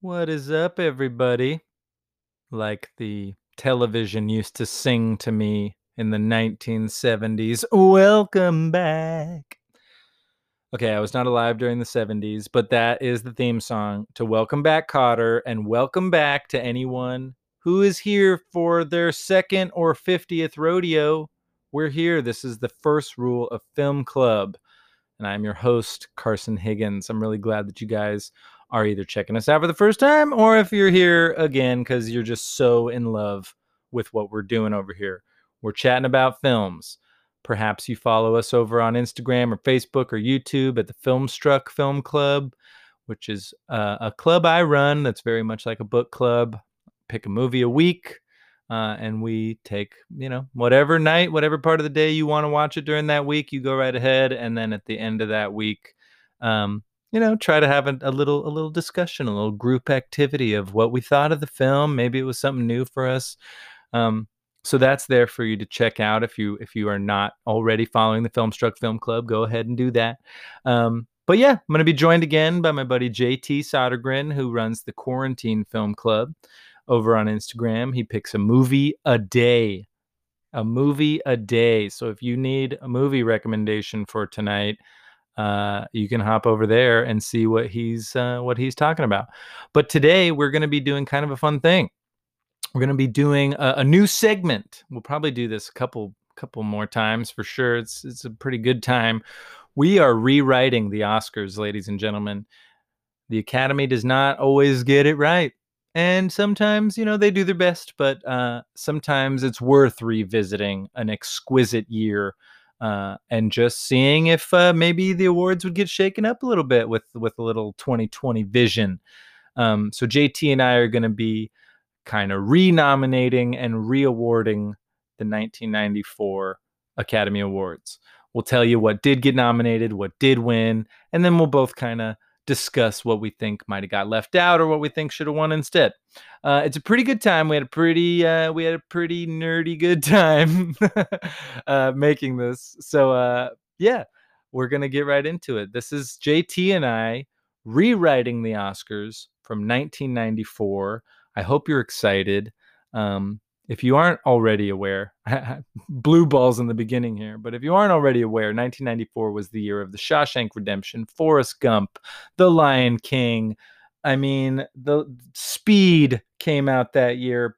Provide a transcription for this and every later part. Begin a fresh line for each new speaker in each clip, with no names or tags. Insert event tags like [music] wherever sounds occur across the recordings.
What is up, everybody? Like the television used to sing to me in the 1970s. Welcome back. Okay, I was not alive during the 70s, but that is the theme song to Welcome Back Cotter and welcome back to anyone who is here for their second or 50th rodeo. We're here. This is the first rule of Film Club. And I'm your host, Carson Higgins. I'm really glad that you guys are either checking us out for the first time or if you're here again because you're just so in love with what we're doing over here. We're chatting about films. Perhaps you follow us over on Instagram or Facebook or YouTube at the Filmstruck Film Club, which is uh, a club I run that's very much like a book club. Pick a movie a week, uh, and we take, you know, whatever night, whatever part of the day you want to watch it during that week, you go right ahead. And then at the end of that week, um, you know, try to have a, a little a little discussion, a little group activity of what we thought of the film. Maybe it was something new for us. Um, so that's there for you to check out if you if you are not already following the Filmstruck Film Club, go ahead and do that. Um, but yeah, I'm going to be joined again by my buddy JT Sodergren, who runs the Quarantine Film Club over on Instagram. He picks a movie a day, a movie a day. So if you need a movie recommendation for tonight, uh, you can hop over there and see what he's uh, what he's talking about. But today we're going to be doing kind of a fun thing. We're going to be doing a, a new segment. We'll probably do this a couple couple more times for sure. It's it's a pretty good time. We are rewriting the Oscars, ladies and gentlemen. The Academy does not always get it right. And sometimes, you know, they do their best, but uh, sometimes it's worth revisiting an exquisite year uh, and just seeing if uh, maybe the awards would get shaken up a little bit with with a little 2020 vision. Um, so JT and I are going to be kind of renominating and re-awarding the 1994 Academy Awards. We'll tell you what did get nominated, what did win, and then we'll both kind of discuss what we think might have got left out or what we think should have won instead. Uh, it's a pretty good time. We had a pretty uh, we had a pretty nerdy good time [laughs] uh, making this. So uh, yeah, we're gonna get right into it. This is JT and I rewriting the Oscars from 1994. I hope you're excited. Um, if you aren't already aware, [laughs] blue balls in the beginning here, but if you aren't already aware, 1994 was the year of The Shawshank Redemption, Forrest Gump, The Lion King. I mean, the Speed came out that year.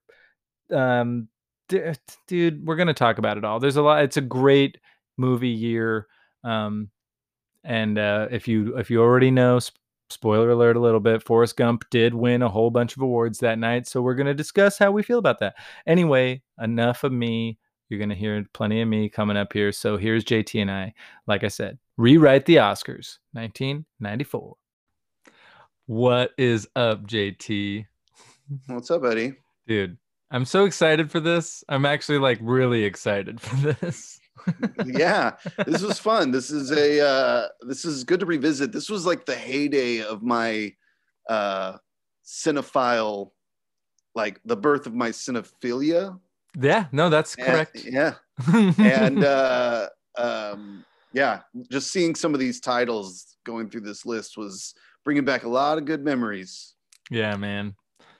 Um, d- dude, we're gonna talk about it all. There's a lot. It's a great movie year. Um, and uh, if you if you already know, sp- spoiler alert a little bit, Forrest Gump did win a whole bunch of awards that night. So we're gonna discuss how we feel about that. Anyway, enough of me. You're gonna hear plenty of me coming up here. So here's JT and I. Like I said, rewrite the Oscars, 1994. What is up, JT?
What's up, Eddie?
Dude, I'm so excited for this. I'm actually like really excited [laughs] for this.
yeah, this was fun. This is a uh, this is good to revisit. This was like the heyday of my uh, cinephile, like the birth of my cinephilia.
Yeah, no, that's
And-
correct.
yeah, and uh, um, yeah, just seeing some of these titles going through this list was bringing back a lot of good memories.
yeah, man.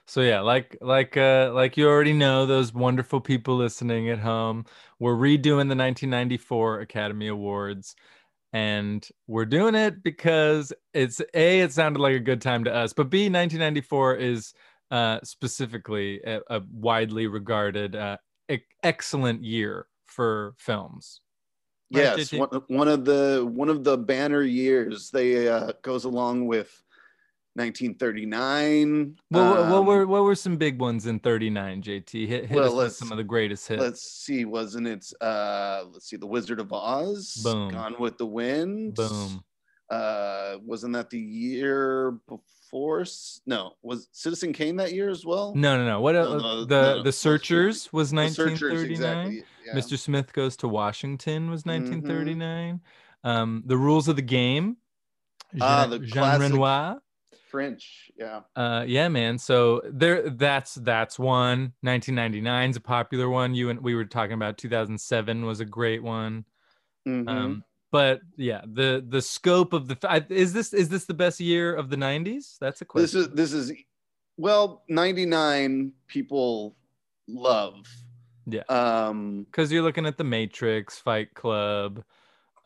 So yeah, like like uh like you already know those wonderful people listening at home, we're redoing the 1994 Academy Awards and we're doing it because it's A it sounded like a good time to us, but B 1994 is uh specifically a, a widely regarded uh e- excellent year for films. Right,
yes,
JT?
one, one of the one of the banner years. They uh, goes along with 1939.
Well, what- what
um,
were what were some big ones in 39, JT? Hit, hit
Well,
us with
let's-
some of the greatest hits.
let's see wasn't it uh let's see the wizard of oz
Boom.
gone with the wind
Boom.
uh wasn't that the year before S- no was citizen kane that year as well
No, no, no. What
No,
el-
no,
the
no, no.
the Searchers was
The Searchers,
1939.
yeah.
Mr. Smith goes to Washington was
Mhm.
1939. Um, the Rules of the Game.
Ah,
Jean,
the
Jean
classic.
Renoir.
french yeah
Uh, yeah, man. So there, that's that's one. 1999 is a popular one. You and we were talking about 2007 was a great one.
Mhm.
Um, but yeah, the the scope of the I, is this is this the best year of the 90s? That's a question.
this is this is well, 99 people love.
Yeah.
Um,
because you're looking at the Matrix, Fight Club,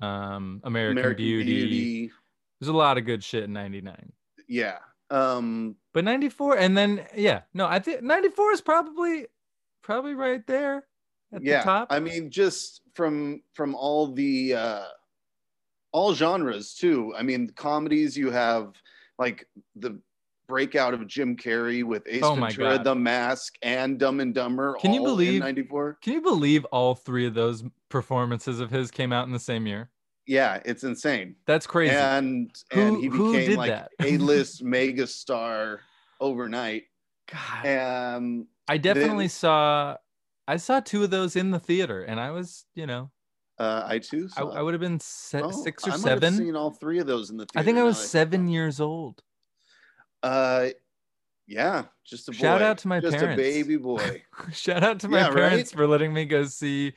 um, American, Beauty. There's a lot of good shit in '99,
Yeah. Um,
but '94, and then yeah, no, I think '94 is probably probably right there at
yeah.
the top.
I mean, just from from all the uh, all genres too. I mean, comedies you have like the breakout of Jim Carrey with Ace
Oh my
Ventura,
God.
The Mask, and Dumb and Dumber.
Can you
all in
believe-
'94?
Can you believe all three of those performances of his came out in the same year?
Yeah, it's insane.
That's crazy.
And
Who-
and he
who
became
did
like
that? [laughs]
a list megastar overnight.
God,
Um,
I definitely
then-
saw. I saw two of those in the theater, and I was, you know,
uh, I too.
I,
saw
I would have been se-
Oh,
six or
I might have
seven.
Seen all three of those in the theater.
I think I was
now that
seven
about
years old.
it. Uh, yeah, just a boy.
Shout out to my
just
parents.
a
[laughs]
baby boy.
Shout out to my
Yeah, right?
parents for letting me go see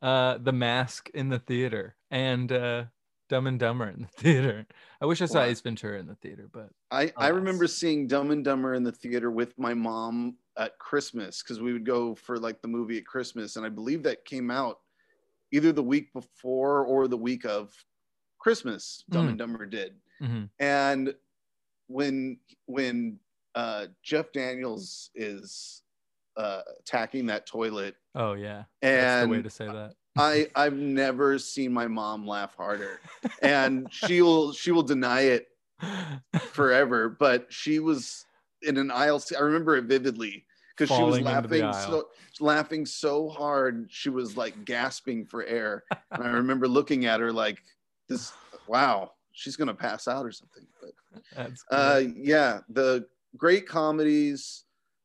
uh, The Mask in the theater and uh, Dumb and Dumber in the [laughs] theater. I wish I saw
Wow.
Ace Ventura in the theater, but
I I
Alas.
remember seeing Dumb and Dumber in the theater with my mom at Christmas because we would go for like the movie at Christmas, and I believe that came out either the week before or the week of Christmas. Dumb
Mm.
and Dumber did,
mhm.
and when when uh, Jeff Daniels is uh, attacking that toilet
oh yeah, that's the way
and
to say that.
I I've never seen my mom laugh harder,
[laughs]
and she will she will deny it forever. But she was in an aisle. seat. I remember it vividly because she was
Falling into the
laughing so
aisle.
laughing so hard she was like gasping
[laughs]
for air, and I remember looking at her like this. Wow, she's gonna pass out or something. But
[laughs] That's
uh,
great.
yeah, the great comedies,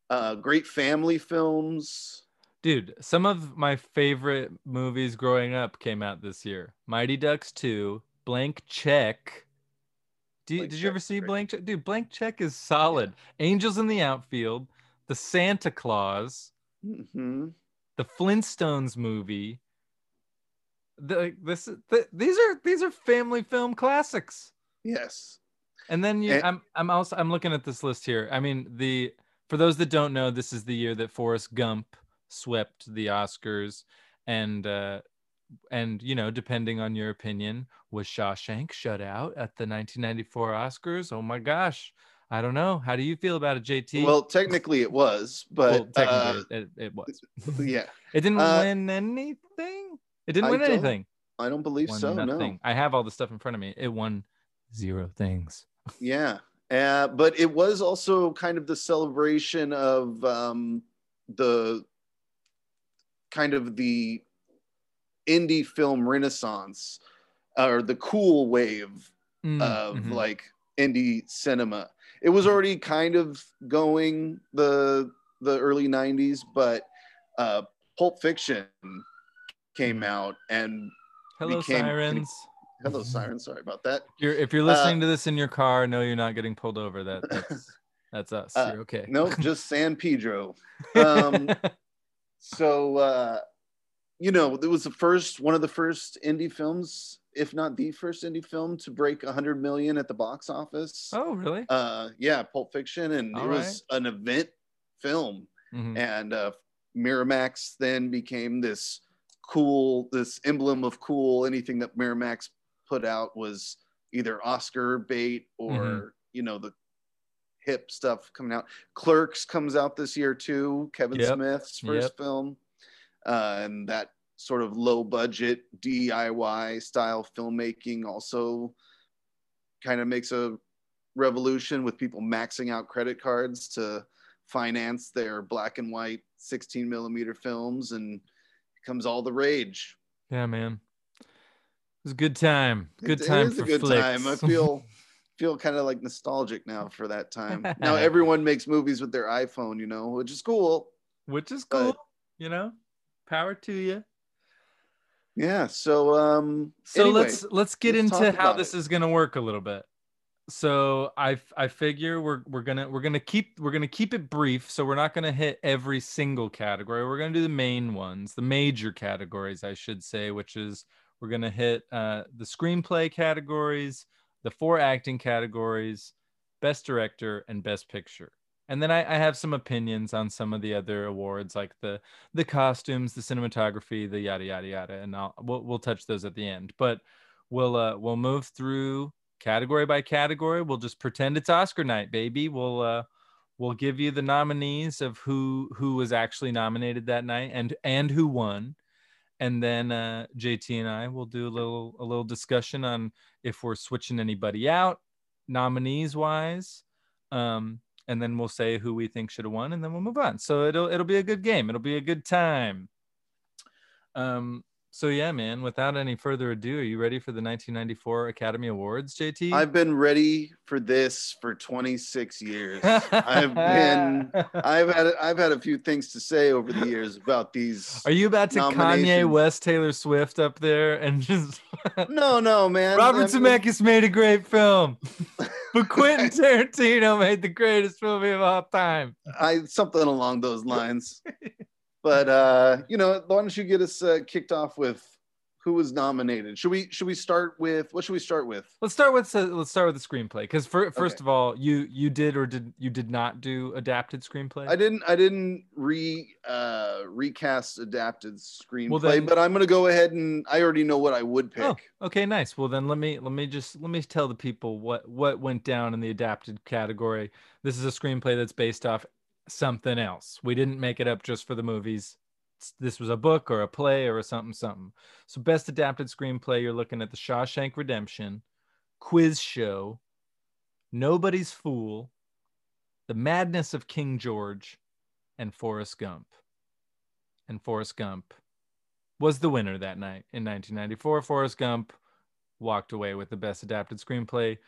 uh, great family films.
dude. Some of my favorite movies growing up came out this year: Mighty Ducks Two, Blank Check. Do you,
Blank
did you
Check's
ever see
great.
Blank Check? Dude, Blank Check is solid. Angels in the Outfield, The Santa Claus.
hmm
the Flintstones movie. The, like, this th- these are these are family film classics.
Yes.
And then you,
And-
I'm I'm also I'm looking at this list here. I mean the for those that don't know, this is the year that Forrest Gump swept the Oscars, and uh, and you know depending on your opinion, was Shawshank shut out at the 1994 Oscars? Oh my gosh, I don't know. How do you feel about it, JT?
Well, technically it was,
Well,
but
technically it, it, it was.
uh, yeah,
It didn't
Uh,
win anything. It didn't
I
win
don't
anything.
I don't believe
Won
so.
nothing. I have all the stuff in front of me. It won zero things.
No, yeah, uh, but it was also kind of the celebration of um, the kind of the indie film renaissance or the cool wave
Mm, Mm-hmm.
of
mhm.
Uh, like indie cinema. It was already kind of going the the early '90s, but uh, Pulp Fiction
Mm-hmm.
came out and
Hello
became-
sirens.
hello
Mm-hmm.
siren sorry about
[laughs]
that
If You're, if you're listening
Uh,
to this in your car, no, you're not getting pulled over.
[laughs]
That that's, that's us.
Uh,
you're [laughs] okay.
no just san pedro um, so uh, you know it was the first one of the first indie films if not the first indie film to break 100 million at the box office
oh really?
uh, yeah pulp fiction and
All
it was an event film
Mhm.
and uh, miramax then became this cool this emblem of cool anything that miramax put out was either oscar bait or
Mhm.
you know the hip stuff coming out clerks comes out this year too kevin
Yep.
smith's first
Yep.
film uh, and that sort of low budget diy style filmmaking also kind of makes a revolution with people maxing out credit cards to finance their black and white 16 millimeter films and becomes all the rage.
Yeah, man. It was a good time. Good
It-
time
it is
for
a good
flicks.
time. I feel [laughs] feel kind of like nostalgic now for
[laughs]
that time. now
Yeah.
everyone makes movies with their iPhone, you know, which is cool.
[laughs] which is cool.
but-
you know, power to you.
Yeah. So um
so
anyway,
let's let's get
let's
into
talk
how
about
this
it.
is going to work a little bit so i f- i figure we're we're gonna we're gonna keep we're gonna keep it brief so we're not gonna hit every single category we're gonna do the main ones the major categories i should say which is we're gonna hit uh, the screenplay categories the four acting categories best director and best picture And then I, I have some opinions on some of the other awards, like the the costumes, the cinematography, the yada yada yada, and I'll we'll, we'll touch those at the end. But we'll uh, we'll move through category by category. We'll just pretend it's Oscar night, baby. We'll uh, we'll give you the nominees of who who was actually nominated that night and and who won and then uh, JT and I will do a little a little discussion on if we're switching anybody out nominees wise, um, and then we'll say who we think should have won, and then we'll move on. So it'll it'll be a good game. It'll be a good time. Um, so yeah, man. Without any further ado, are you ready for the 1994 Academy Awards, JT?
I've been ready for this for 26
[laughs]
years. I've been I've had I've had a few things to say over the years about these.
Are you about to Kanye
Nominations.
West, Taylor Swift up there, and
[laughs]
just
No, no, man.
Robert
I mean,
Zemeckis made a great
[laughs]
film, but Quentin Tarantino made the greatest movie of all time.
I something along
[laughs]
those lines. but uh, you know, why don't you get us uh, kicked off with who was nominated? Should we should we start with what should we start with?
Let's start with the- let's start with the screenplay because first
Okay.
of all, you you did or did you did not do adapted screenplay?
I didn't I didn't re uh, recast adapted screenplay,
then-
but I'm gonna go ahead and I already know what I would pick.
Oh, okay, nice. Well, then let me let me just let me tell the people what what went down in the adapted category. This is a screenplay that's based off something else. We didn't make it up just for the movies. S- This was a book or a play or a something something. So, best adapted screenplay, you're looking at The Shawshank Redemption, Quiz Show, Nobody's Fool, The Madness of King George, and Forrest Gump. And Forrest Gump was the winner that night in 1994. Forrest Gump walked away with the best adapted screenplay,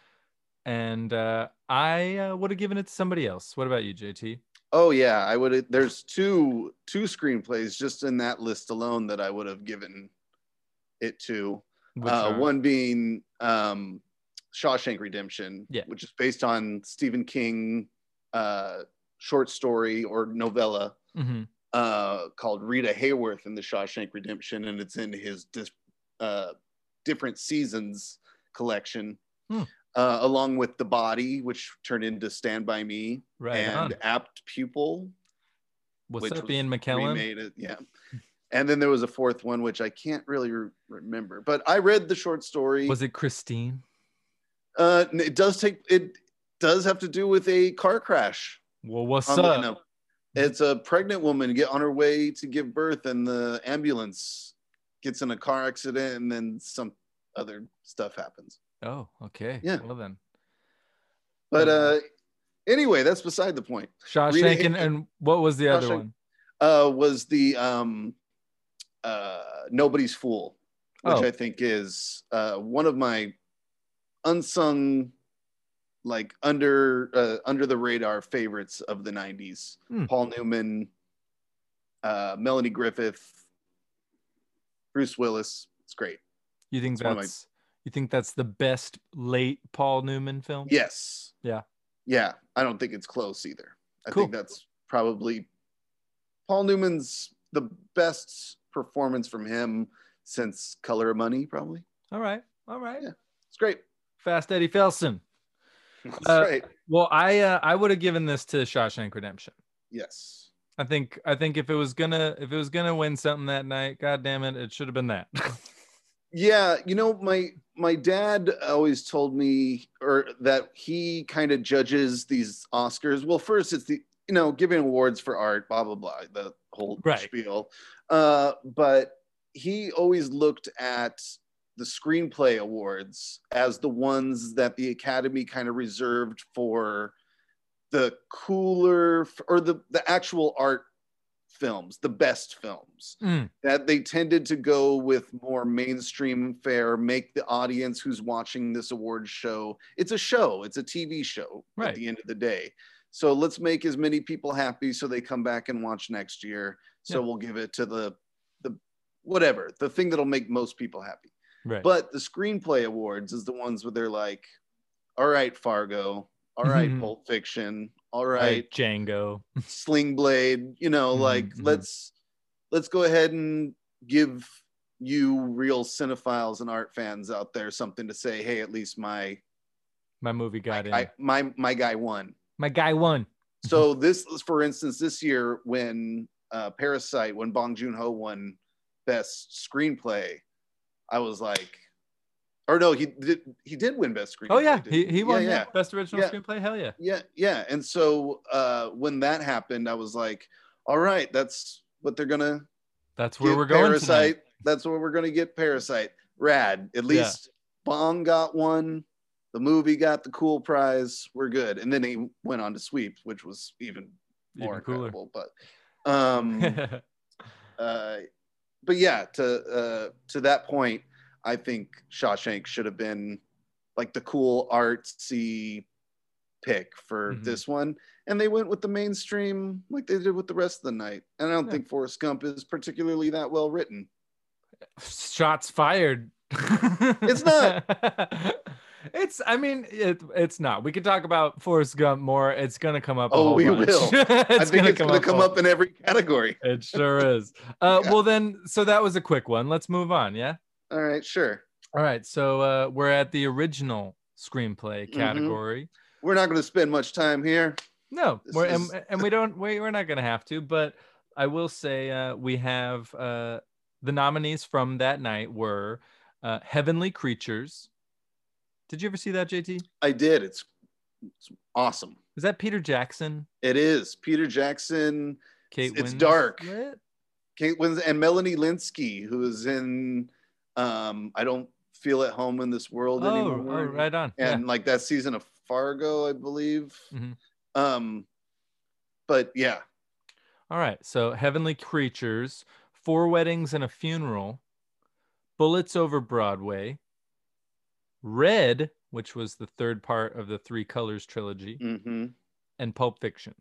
and uh, I uh, would have given it to somebody else. What about you, JT?
Oh yeah, I would. There's two two screenplays just in that list alone that I would have given it to.
Which
Uh,
are-
one being um, Shawshank Redemption,
Yeah.
which is based on Stephen King uh, short story or novella
Mhm.
uh, called Rita Hayworth in the Shawshank Redemption, and it's in his dis- uh, different seasons collection,
Hmm.
uh, along with The Body, which turned into Stand by Me,
right on.
and Apt Pupil,
What's
which
up,
was
Ian McKellen?
remade it. Yeah. And then there was a fourth one, which I can't really re- remember, but I read the short story.
Was it Christine?
Uh, n- it does take it does have to do with a car crash.
Well, what's
on the-
up?
no. It's a pregnant woman get on her way to give birth, and the ambulance gets in a car accident, and then some other stuff happens.
Oh, okay.
Yeah.
Well then, Oh,
But uh, anyway, that's beside the point.
Shawshank and,
Hayworth.
and what was the other
Shawshank.
one?
Uh, was the um, uh, nobody's fool, which
Oh.
I think is uh, one of my unsung, like under uh, under the radar favorites of the '90s.
Hmm.
Paul Newman, uh, Melanie Griffith, Bruce Willis. It's great.
You think
one of my-
that's you think that's the best late Paul Newman film?
Yes.
Yeah.
Yeah. I don't think it's close either. I
Cool.
think that's probably Paul Newman's the best performance from him since Color of Money, probably.
All right. All right.
Yeah. It's great.
Fast Eddie Felsen.
It's
Uh,
great.
Well, I uh, I would have given this to Shawshank Redemption.
Yes.
I think I think if it was gonna if it was gonna win something that night, god damn it, it should have been [laughs] that.
Yeah, you know, my my dad always told me or that he kind of judges these Oscars. Well, first it's the you know, giving awards for art, blah blah blah, the whole
Right.
spiel. Uh, but he always looked at the screenplay awards as the ones that the Academy kind of reserved for the cooler or the the actual art films, the best films
Mm,
that they tended to go with more mainstream fare, make the audience who's watching this award show. It's a show, it's a TV show
Right.
at the end of the day. So let's make as many people happy so they come back and watch next year. So
Yeah.
we'll give it to the the whatever, the thing that'll make most people happy.
right.
But the screenplay awards is the ones where they're like, all right, Fargo, all
Mm-hmm.
right, Pulp Fiction, all right,
Like Django.
sling blade you know
Mhm,
like
mhm.
let's let's go ahead and give you real cinephiles and art fans out there something to say hey at least my
My movie got in. Mm-hmm.
I, my my guy won
My guy won.
So this, for instance, this year when uh, Parasite, when Bong Joon Ho won Best Screenplay, I was like, or no, he did. He did win Best Screenplay.
Oh yeah,
didn't
he, he won
Yeah,
yeah,
yeah,
best original
Yeah.
screenplay. Hell yeah.
yeah, yeah. And so uh, when that happened, I was like, all right, that's what they're gonna
That's where
get
we're going.
Parasite.
tonight.
That's where we're gonna get Parasite. Rad. At
Yeah.
least Bong got one. The movie got the cool prize. We're good. And then he went on to sweep, which was even
Even
more
cooler.
incredible. But
[laughs]
um, uh, but yeah, to uh, to that point, I think Shawshank should have been like the cool artsy pick for
Mhm.
this one, and they went with the mainstream like they did with the rest of the night. And I don't
Yeah.
think Forrest Gump is particularly that well written.
Shots fired. it's
not.
[laughs] It's. I mean, it, it's not. We could talk about Forrest Gump more. It's gonna come up. a
Oh,
whole
we
bunch.
will.
[laughs] it's
I think it's going to come
a-
up in every category.
It sure is. Uh,
[laughs] Yeah.
Well, then, so that was a quick one. Let's move on. Yeah.
All right, sure.
All right. So uh, we're at the original screenplay
Mhm.
category.
We're not going to spend much time here.
No,
This
we're,
is-
and, and we don't. We, we're not going to have to. But I will say uh, we have uh, the nominees from that night were uh, Heavenly Creatures. Did you ever see that, JT?
I did. It's, it's awesome.
Is that Peter Jackson?
It is Peter Jackson,
Kate.
It's dark.
Winslet?
Kate Winslet, and Melanie Linsky, who is in um, I don't feel at home in this
Oh,
world
oh,
anymore.
right on.
and like that season of Fargo, I believe.
Mhm.
Um, but yeah,
All right. So Heavenly Creatures, Four Weddings and a Funeral, Bullets Over Broadway, Red, which was the third part of the Three Colors trilogy,
hmm
and Pulp Fiction.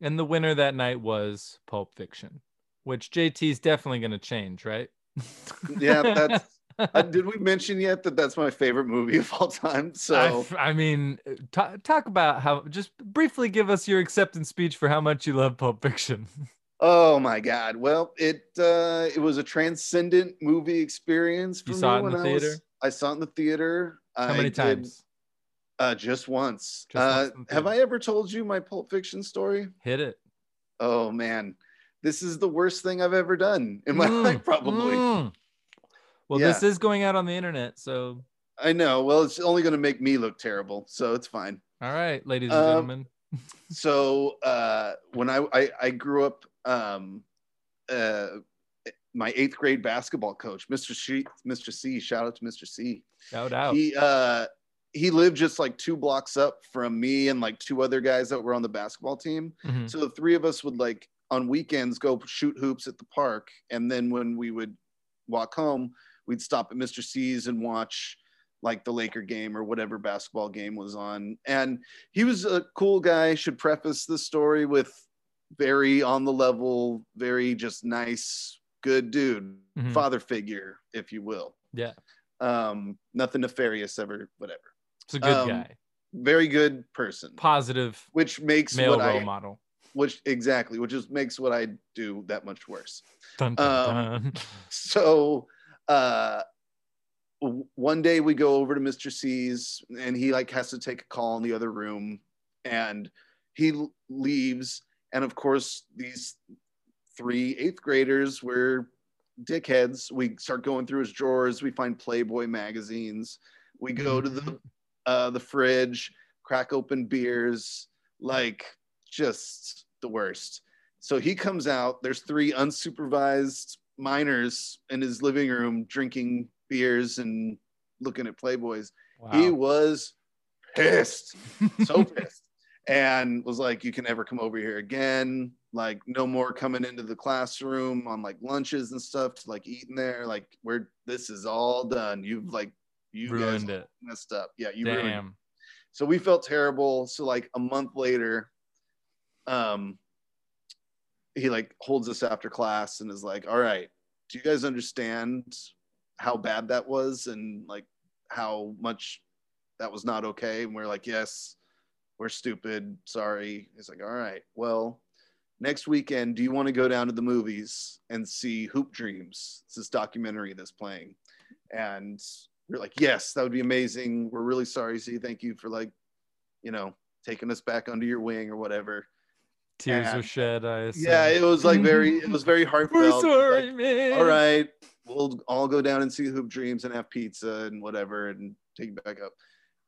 And the winner that night was Pulp Fiction, which JT's definitely going to change, right? [laughs]
yeah, that's. uh, did we mention yet that that's my favorite movie of all time?
I
So
f- I mean, uh, ta talk about how. Just briefly give us your acceptance speech for how much you love Pulp Fiction. [laughs]
Oh my God! Well, it uh, it was a transcendent movie experience for
You
me
saw it in
when
the
I
theater?
was. I saw it in the theater.
How
I
many
did,
times?
Uh, just once.
Just once
uh,
in the
have I
theater.
ever told you my Pulp Fiction story?
Hit it.
Oh man, this is the worst thing I've ever done in my [laughs]
Mm,
life, probably.
mm. Well, this is going out on the internet, so
I know. Well, it's only going to make me look terrible, so it's fine.
all right, ladies
Um,
and gentlemen.
so uh, when I, I I grew up, um, uh, my eighth grade basketball coach, Mr. C, Mr. C, shout out to Mr. C.
Shout out.
He uh, he lived just like two blocks up from me and like two other guys that were on the basketball team.
Mhm.
So the three of us would like on weekends go shoot hoops at the park, and then when we would walk home, we'd stop at Mr. C's and watch like the Laker game or whatever basketball game was on. And he was a cool guy. Should preface the story with very on the level, very just nice, good dude,
Mhm.
father figure, if you will.
Yeah.
Um, nothing nefarious ever, whatever.
He's a good
um,
guy,
Very good person,
positive
which makes
male
what
role
I
model.
which exactly which just makes what i do that much worse
Dun, dun,
um,
dun.
so uh w- one day we go over to mr c's and he like has to take a call in the other room and he l- leaves and of course these three eighth graders were dickheads we start going through his drawers we find playboy magazines we go to the uh the fridge crack open beers like just the worst so he comes out there's three unsupervised minors in his living room drinking beers and looking at playboys he
[laughs] Wow.
was pissed
[laughs]
so pissed and was like you can never come over here again like no more coming into the classroom on like lunches and stuff to like eating there like we're this is all done you've like you
ruined
guys
it.
messed up yeah you ruined it
Damn.
so we felt terrible so like a month later um he like holds us after class and is like all right do you guys understand how bad that was and like how much that was not okay and we're like yes we're stupid sorry he's like all right well next weekend do you want to go down to the movies and see hoop dreams it's this documentary that's playing and we're like yes that would be amazing we're really sorry z thank you for like you know taking us back under your wing or whatever
Tears
And-
were shed. I assume.
Yeah, it was
[laughs]
like very, it was very heartfelt.
We're
It's
sorry,
like,
man.
All right, we'll all go down and see Hoop Dreams and have pizza and whatever and take it back up.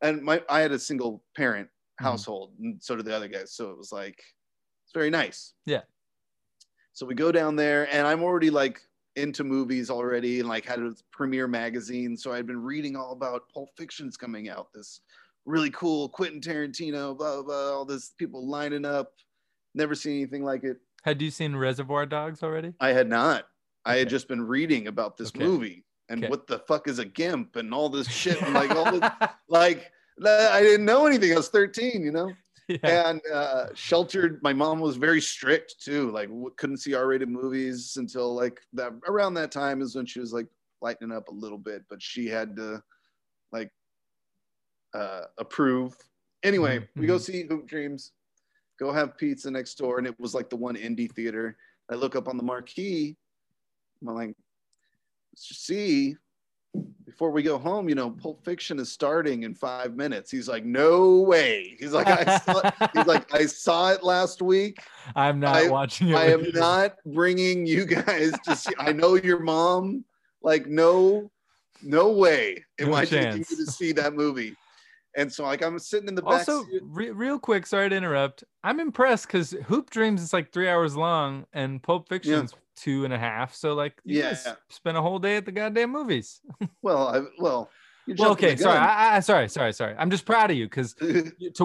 And my, I had a single parent
Mhm.
household, and so did the other guys. So it was like, it's very nice.
Yeah.
So we go down there, and I'm already like into movies already, and like had a premiere magazine. So I'd been reading all about Pulp Fiction's coming out. This really cool Quentin Tarantino, blah blah. blah all this people lining up. Never seen anything like it.
Had you seen Reservoir Dogs already?
I had not. I had
Okay.
just been reading about this
Okay.
movie and
Okay.
what the fuck is a gimp and all this shit. And
[laughs]
like all this, like I didn't know anything. I was 13, you know?
[laughs] yeah.
And uh, sheltered. My mom was very strict too. Like w- couldn't see R-rated movies until like that. Around that time is when she was like lightening up a little bit, but she had to like uh, approve. Anyway,
Mhm,
we go
mhm.
see Hoop Dreams. Go have pizza next door, and it was like the one indie theater. I look up on the marquee. I'm like, see, before we go home, you know, Pulp Fiction is starting in five minutes. He's like, no way. He's
[laughs]
like, I saw, he's like, I saw it last week.
I'm not
I-
watching it.
I
with
am
you.
not bringing you guys to see. I know your mom. Like, no, no way am
No
I
chance.
taking you to see that movie. And so, like, I'm sitting in the back
Also,
seat.
re- real quick, sorry to interrupt. I'm impressed because Hoop Dreams is like three hours long, and Pulp Fiction's two and a half. So like, you guys
Yeah.
spent a whole day at the goddamn movies.
Well, I, well, you're
Well,
jumping
okay,
the
sorry,
gun. Oh,
I, I, sorry, sorry, sorry. I'm just proud of you because
[laughs]
to want
no,
to go
this-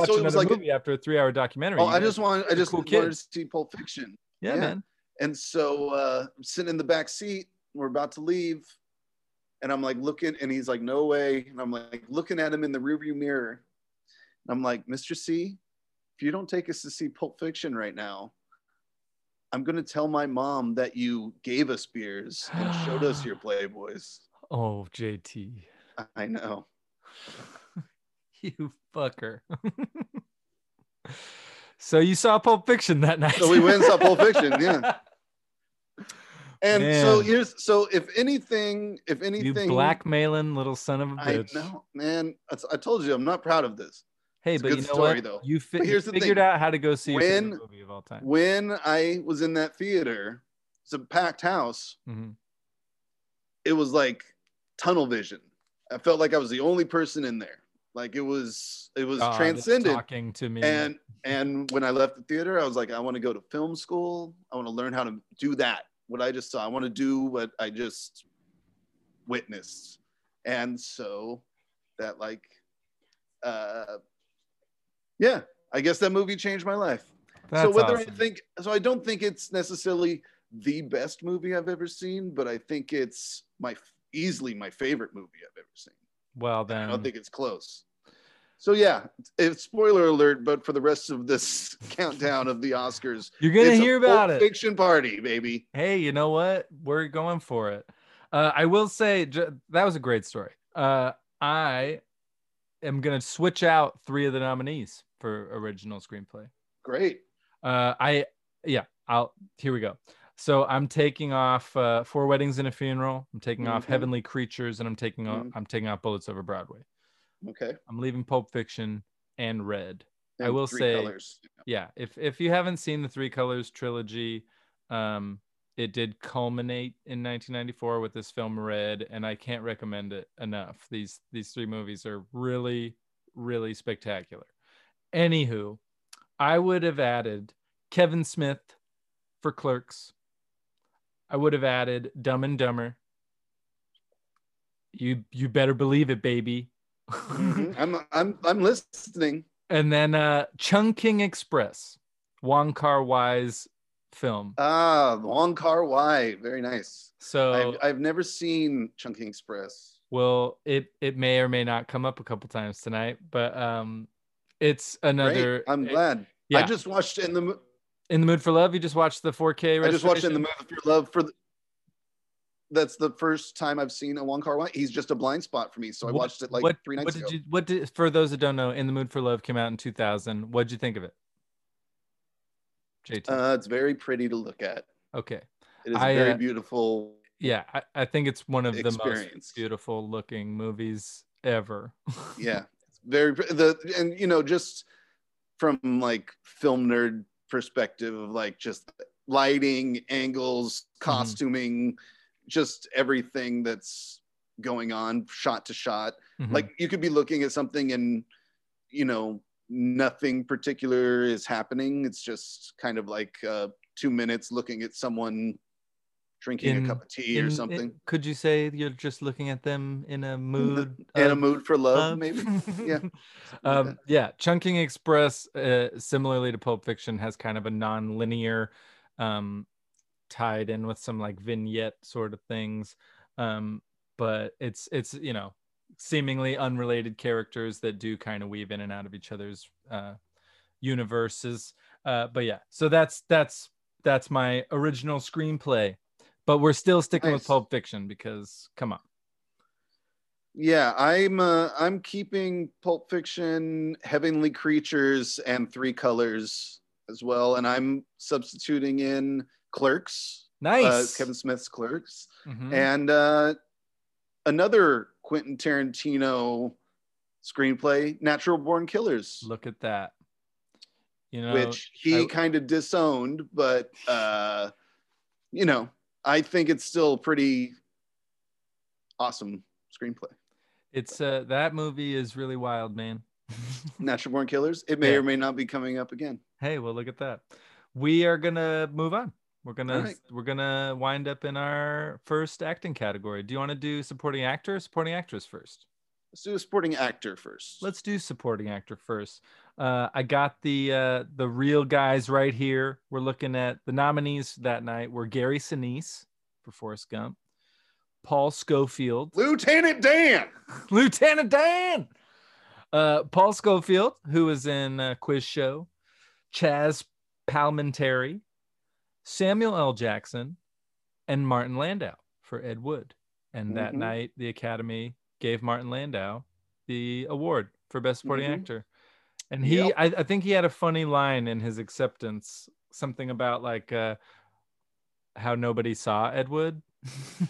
watch
so it was
another
like a-
movie after a three-hour documentary.
oh,
you
I
guys-
just want, I just
cool
wanted
kid.
to see Pulp Fiction.
yeah,
yeah.
man.
And so uh, I'm sitting in the back seat. We're about to leave. And I'm like looking, and he's like, no way. And I'm like looking at him in the rearview mirror. And I'm like, Mr. C, if you don't take us to see Pulp Fiction right now, I'm going to tell my mom that you gave us beers and showed us
[sighs]
your Playboys.
Oh, JT,
I know.
[laughs] you fucker. [laughs] so you saw Pulp Fiction that night.
So we went and saw Pulp Fiction, yeah. And so
Man.
here's, so if anything,
[laughs]
if
You
anything,
blackmailing little son of a
I
bitch.
know, man. That's- I told you, I'm not proud of this.
Hey,
It's a
but
good
you know
story,
what?
though.
You, fi-
But
you
here's the
figured
thing.
out how to go see your
When-
favorite movie of all time.
when I was in that theater, it's a packed house.
Mhm.
It was like tunnel vision. I felt like I was the only person in there. Like it was, it was
God,
transcendent.
Talking Ah, to me.
And and when I left the theater, I was like, I want to go to film school. I want to learn how to do that. What I just saw. I want to do what I just witnessed. And so that like, uh, yeah, I guess that movie changed my life
That's
so whether
awesome.
I think so, I don't think it's necessarily the best movie I've ever seen, but I think it's my easily my favorite movie I've ever seen.
well
I don't
then,
think it's close. So yeah, it's spoiler alert, but for the rest of this [laughs] countdown of the Oscars,
you're gonna
it's a
hear
Pulp
about it.
Fiction party, baby.
hey, you know what? We're going for it. Uh, I will say j- that was a great story. Uh, I am going to switch out three of the nominees for original screenplay.
Great.
Uh, I, yeah, I'll, here we go. So I'm taking off uh, Four Weddings and a Funeral. I'm taking off
Mhm.
Heavenly Creatures and I'm taking off,
Mhm.
I'm taking off Bullets Over Broadway.
Okay.
I'm leaving Pulp Fiction and Red. I
And
will
three
say- [laughs]
colors.
yeah if if you haven't seen the three colors trilogy um it did culminate in 1994 with this film red and i can't recommend it enough these these three movies are really really spectacular anywho i would have added kevin smith for clerks i would have added dumb and dumber you you better believe it baby
Mhm. I'm I'm I'm listening.
and then uh Chungking Express, Wong Kar Wai's film.
Ah, Wong Kar Wai, very nice.
So
I've, I've never seen Chunking Express.
well, it it may or may not come up a couple times tonight, but um it's
Great.
another
I'm
eh,
glad. I
yeah.
just watched in the mo-
in the mood for love. You just watched the 4K
I just watched in the
restoration?
movie for love for the, that's the first time I've seen a Wong Kar Wai. He's just a blind spot for me, so I
What-
watched it like
what,
three nights
what
ago.
did you what did for those that don't know, In the Mood for Love came out in 2000. What'd you think of it? JT.
Uh, it's very pretty to look at.
okay.
It is
I,
a very
uh,
beautiful.
Yeah, I, I think it's one of the
experience.
most beautiful looking movies ever.
Yeah, it's very pr- the and you know just from like film nerd perspective of like just lighting, angles,
Mm-hmm.
costuming, just everything that's going on shot to shot.
Mhm.
Like you could be looking at something and you know nothing particular is happening. It's just kind of like uh, two minutes looking at someone drinking
In-
a cup of tea
In-
or
in-
something.
could you say you're just looking at them in a mood?
and a
of
mood for love,
uh, love? [laughs]
maybe. Yeah. Something like
um,
that.
yeah. Chunking Express, uh, similarly to Pulp Fiction, has kind of a non-linear, um, tied in with some like vignette sort of things, um, but it's it's you know seemingly unrelated characters that do kind of weave in and out of each other's uh, universes. Uh, but yeah, so that's that's that's my original screenplay. But we're still sticking with
Nice. Uh,
Pulp Fiction because come on.
Yeah, I'm uh, I'm keeping Pulp Fiction, Heavenly Creatures, and Three Colors as well, and I'm substituting in Clerks,
Nice.
uh, Kevin Smith's Clerks,
Mhm.
and uh, another Quentin Tarantino screenplay, Natural Born Killers,
Look at that. You know,
which he
I-
kind of disowned, but uh, you know, I think it's still pretty awesome screenplay.
it's uh, that movie is really wild, man. [laughs]
Natural Born Killers. It may
Yeah.
or may not be coming up again.
hey, well, look at that. We are gonna move on. We're gonna
All right.
we're gonna wind up in our first acting category. Do you want to do supporting actor, or supporting actress first?
Let's do a supporting actor first.
Let's do supporting actor first. Uh, I got the uh, the real guys right here. We're looking at the nominees that night. Were Gary Sinise for Forrest Gump, Paul Schofield,
Lieutenant Dan.
[laughs] Lieutenant Dan. Uh, Paul Schofield, who was in uh, Quiz Show, Chaz Palminteri, Samuel L. Jackson, and Martin Landau for Ed Wood. And that
Mhm.
night, the Academy gave Martin Landau the award for Best Supporting
Mhm.
Actor. And he,
Yep.
I, I think he had a funny line in his acceptance, something about like uh, how nobody saw Ed Wood. [laughs]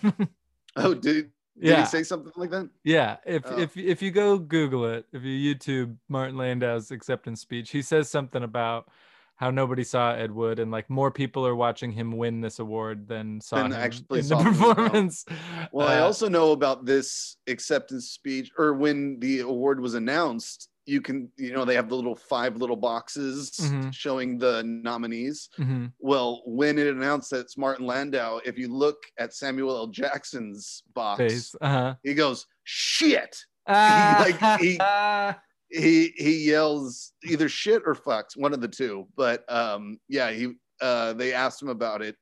Oh, did, did
yeah.
he say something like that?
Yeah, if
Oh.
if if you go Google it, if you YouTube Martin Landau's acceptance speech, he says something about how nobody saw Ed Wood and like more people are watching him win this award than saw
Than
him
actually
in
saw
the [laughs]
him, no.
performance.
Well, I
Uh,
also know about this acceptance speech, or when the award was announced. You can, you know, they have the little five little boxes
Mhm.
showing the nominees.
mhm.
Well, when it announced that it's Martin Landau, if you look at Samuel L. Jackson's box,
face. Uh-huh.
he goes, "Shit!"
Ah,
[laughs]
[laughs]
like, he- he he yells either shit or fucks one of the two but um yeah he uh they asked him about it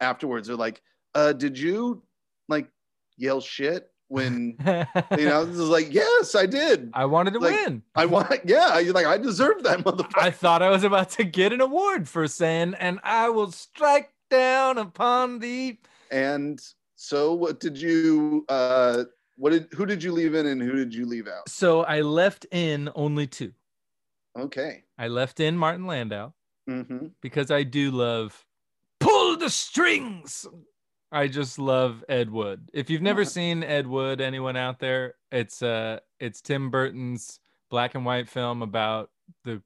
afterwards they're like uh did you like yell shit when you know this is like yes i did
I wanted to
like,
win.
i want yeah you're like i deserve that motherfucker
I thought I was about to get an award for sin, and I will strike down upon thee.
and so what did you uh what did who did you leave in and who did you leave out
So I left in only two.
okay
I left in Martin Landau.
mm-hmm.
because I do love pull the strings. I just love Ed Wood. If you've never
Yeah.
seen Ed Wood, anyone out there, it's uh it's Tim Burton's black and white film about the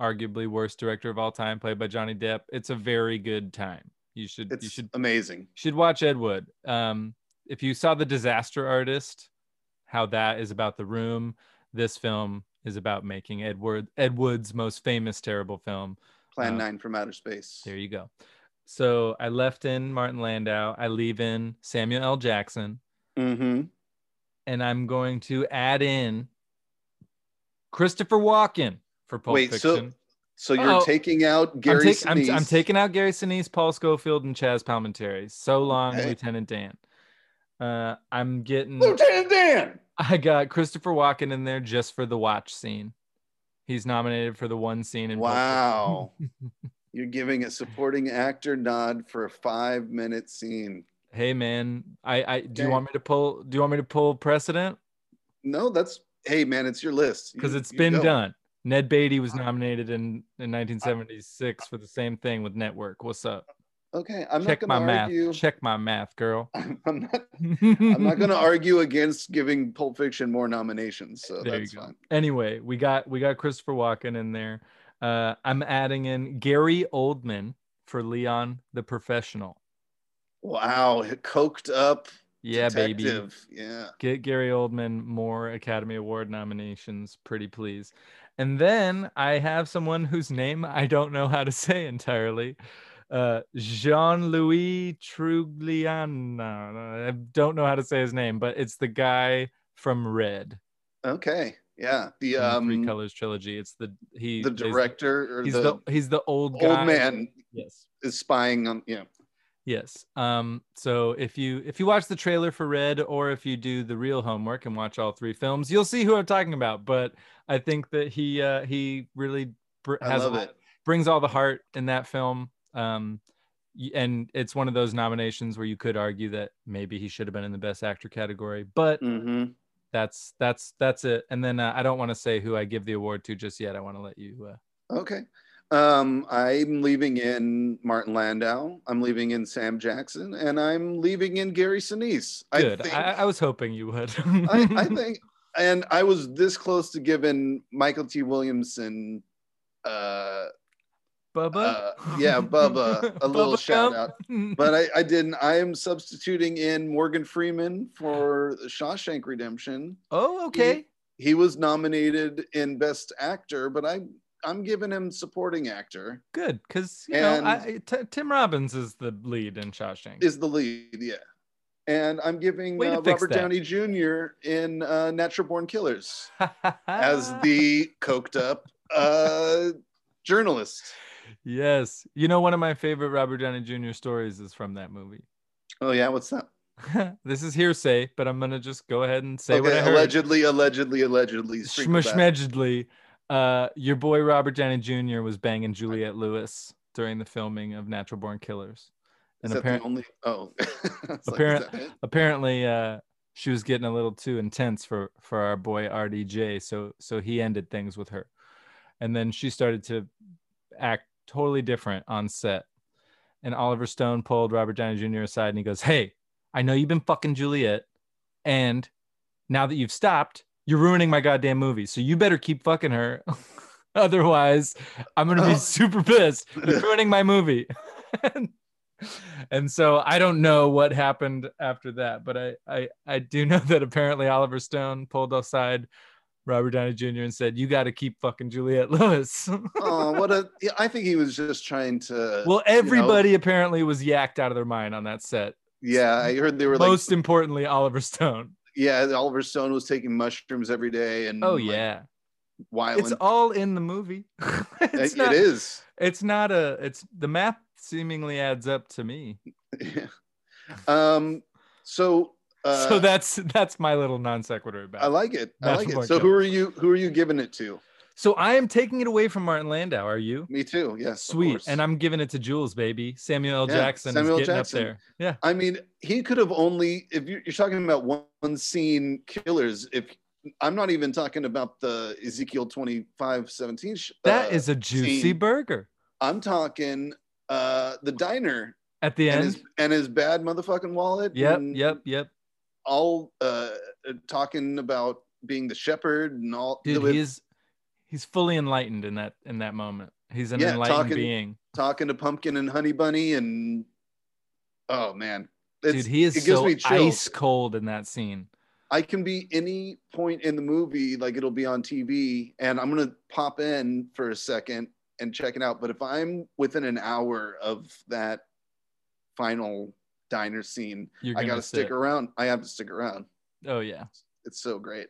arguably worst director of all time, played by Johnny Depp. It's a very good time. You should
it's
you should
amazing
should watch Ed Wood. Um, if you saw The Disaster Artist, how that is about the room, this film is about making Edward Ed Wood's most famous terrible film,
plan
Uh,
nine from outer space
there you go. So I left in Martin Landau. I leave in Samuel L. Jackson,
mm-hmm.
and I'm going to add in Christopher Walken for Pulp
Wait, so
Fiction.
so you're
Uh-oh.
taking out
I'm,
gary
tak- I'm, I'm
Sinise.
taking out Gary Sinise, Paul Schofield, and Chaz Palminteri. So long,
Okay.
Lieutenant Dan. Uh, I'm getting.
Lieutenant Dan.
I got Christopher Walken in there just for the watch scene. He's nominated for the one scene in. Pulp Fiction. [laughs]
Wow. You're giving a supporting actor nod for a five minute scene.
hey man, I, I do you
Okay.
want me to pull? Do you want me to pull precedent?
No, that's hey man, it's your list. You-
because it's
you
been
go.
done. Ned Beatty was
I-
nominated in, in 1976 for the same thing with Network. What's up?
Okay, I'm
Check
not
my
gonna
math.
argue.
Check my math, girl.
[laughs] I'm not. [laughs]
[laughs]
I'm not gonna argue against giving Pulp Fiction more nominations. So
There you
that's
go.
fine.
Anyway, we got we got Christopher Walken in there. Uh, I'm adding in Gary Oldman for Leon the Professional.
Wow, coked up
Yeah, baby.
detective. Yeah.
Get Gary Oldman more Academy Award nominations, pretty please. And then I have someone whose name I don't know how to say entirely. Uh, Jean Louis Trugliano. I don't know how to say his name, but it's the guy from Red,
Okay. Yeah. The
from the Three
um
Colors trilogy. It's the he
the
plays-
director or
He's
the,
the, he's the old guy.
old man
Yes.
is spying on yeah.
Yes. Um, so if you if you watch the trailer for Red or if you do the real homework and watch all three films, you'll see who I'm talking about. But I think that he uh, he really br-
I
has a
love
lot-
it.
brings all the heart in that film. Um, y- and it's one of those nominations where you could argue that maybe he should have been in the best actor category, but
hmm
that's that's that's it. And then uh, I don't want to say who I give the award to just yet. I want to let you. Uh,
Okay. Um, I'm leaving in Martin Landau. I'm leaving in Sam Jackson, and I'm leaving in Gary Sinise.
good. I,
I think.
I, was hoping you would.
I,
[laughs]
I think, and I was this close to giving Michael T. Williamson, uh,
Bubba. Hmm.
uh, yeah,
[laughs]
Bubba, a little shout out.
out.
But I, I didn't. I am substituting in Morgan Freeman for Shawshank Redemption.
oh, okay.
He was nominated in Best Actor, but I I'm giving him Supporting Actor.
Good, because you
And-
know I, T- Tim Robbins is the lead in Shawshank.
Is the lead, yeah. And I'm giving
Way to
uh,
fix
Robert
that.
Downey Jr. in uh, Natural Born Killers
[laughs] Ah.
as the coked up uh, journalist.
yes, you know one of my favorite Robert Downey Jr. stories is from that movie. [laughs]
Oh yeah, what's that?
this is hearsay, but I'm gonna just go ahead and say what I heard.
allegedly, allegedly, allegedly. sprinkle that.
Shmeshmedgedly, uh, your boy Robert Downey Jr. was banging Juliette Lewis during the filming of Natural Born Killers,
Is
and
that
apparent-
the only? Oh, [laughs] It's like,
apparent-
is that it?
apparently uh she was getting a little too intense for for our boy RDJ so so he ended things with her and then she started to act totally different on set and Oliver Stone pulled Robert Downey Jr aside and he goes hey I know you've been fucking Juliet and now that you've stopped you're ruining my goddamn movie so you better keep fucking her [laughs] otherwise I'm going to be
Oh.
super pissed you're
[laughs]
ruining my movie [laughs] and, and so I don't know what happened after that, but I, I I do know that apparently Oliver Stone pulled aside Robert Downey Jr. and said, "You got to keep fucking Juliette Lewis." [laughs]
oh, what a! yeah, I think he was just trying to.
well, everybody apparently was yacked out of their mind on that set.
yeah, I heard they were like.
Most importantly, Oliver Stone.
yeah, Oliver Stone was taking mushrooms every day and.
Oh
Mm, like,
yeah,
wilding.
it's all in the movie. [laughs] it's
It-
not,
it is. [laughs]
It's not a. It's the math seemingly adds up to me.
Yeah. Um. So. Uh,
so that's that's my little non sequitur about.
I like it. I like
Natural Born
it. So who
Killers.
are you? Who are you giving it to?
so I am taking it away from Martin Landau. Are you?
Me too. Yes. of
Sweet.
course.
And I'm giving it to Jules, baby. Samuel L.
Yeah,
Jackson
Samuel
is getting
Jackson.
up there. Yeah.
I mean, he could have only if you- you're talking about one, one scene killers. If I'm not even talking about the Ezekiel 25 17. Sh-
that
uh,
is a juicy
scene.
burger
I'm talking uh the diner
at the
and
end.
his and his bad motherfucking wallet.
Yep.
and
Yep. Yep.
All uh talking about being the shepherd and all.
Dude,
with-
he is he's fully enlightened in that in that moment. He's an
Yeah,
enlightened
talking-
being.
talking to Pumpkin and Honey Bunny and oh man,
Dude, he is
it gives
so
me chills.
ice cold in that scene.
I can be any point in the movie, like it'll be on TV, and I'm gonna pop in for a second and check it out. But if I'm within an hour of that final diner scene,
You're
I
gonna
gotta stick
sit.
around. I have to stick around.
Oh yeah,
It's so great.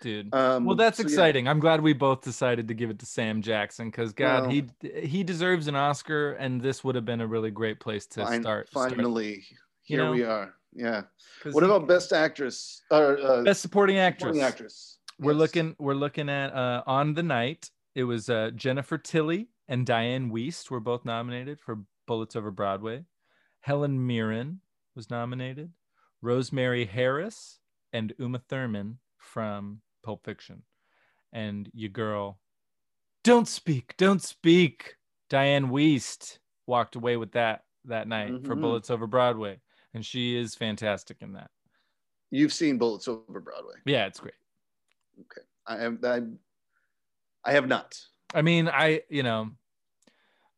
dude.
Um,
well, that's
so yeah.
exciting. I'm glad we both decided to give it to Sam Jackson because God,
Well-
he he deserves an Oscar, and this would have been a really great place to
Fin-
start. start-
finally,
You
here
know?
we are. Yeah.
'cause
What
he-
about best actress or uh,
best supporting actress?
supporting actress?
We're
Yes.
looking we're looking at uh on the night. It was uh Jennifer Tilly and Diane Weist were both nominated for Bullets Over Broadway. Helen Mirren was nominated. Rosemary Harris and Uma Thurman from Pulp Fiction. And your girl Don't Speak, Don't Speak. Diane Weist walked away with that that night for
Mhm.
Bullets Over Broadway and she is fantastic in that.
You've seen Bullets Over Broadway.
Yeah, it's great.
I have. I, I have not.
I mean, I you know,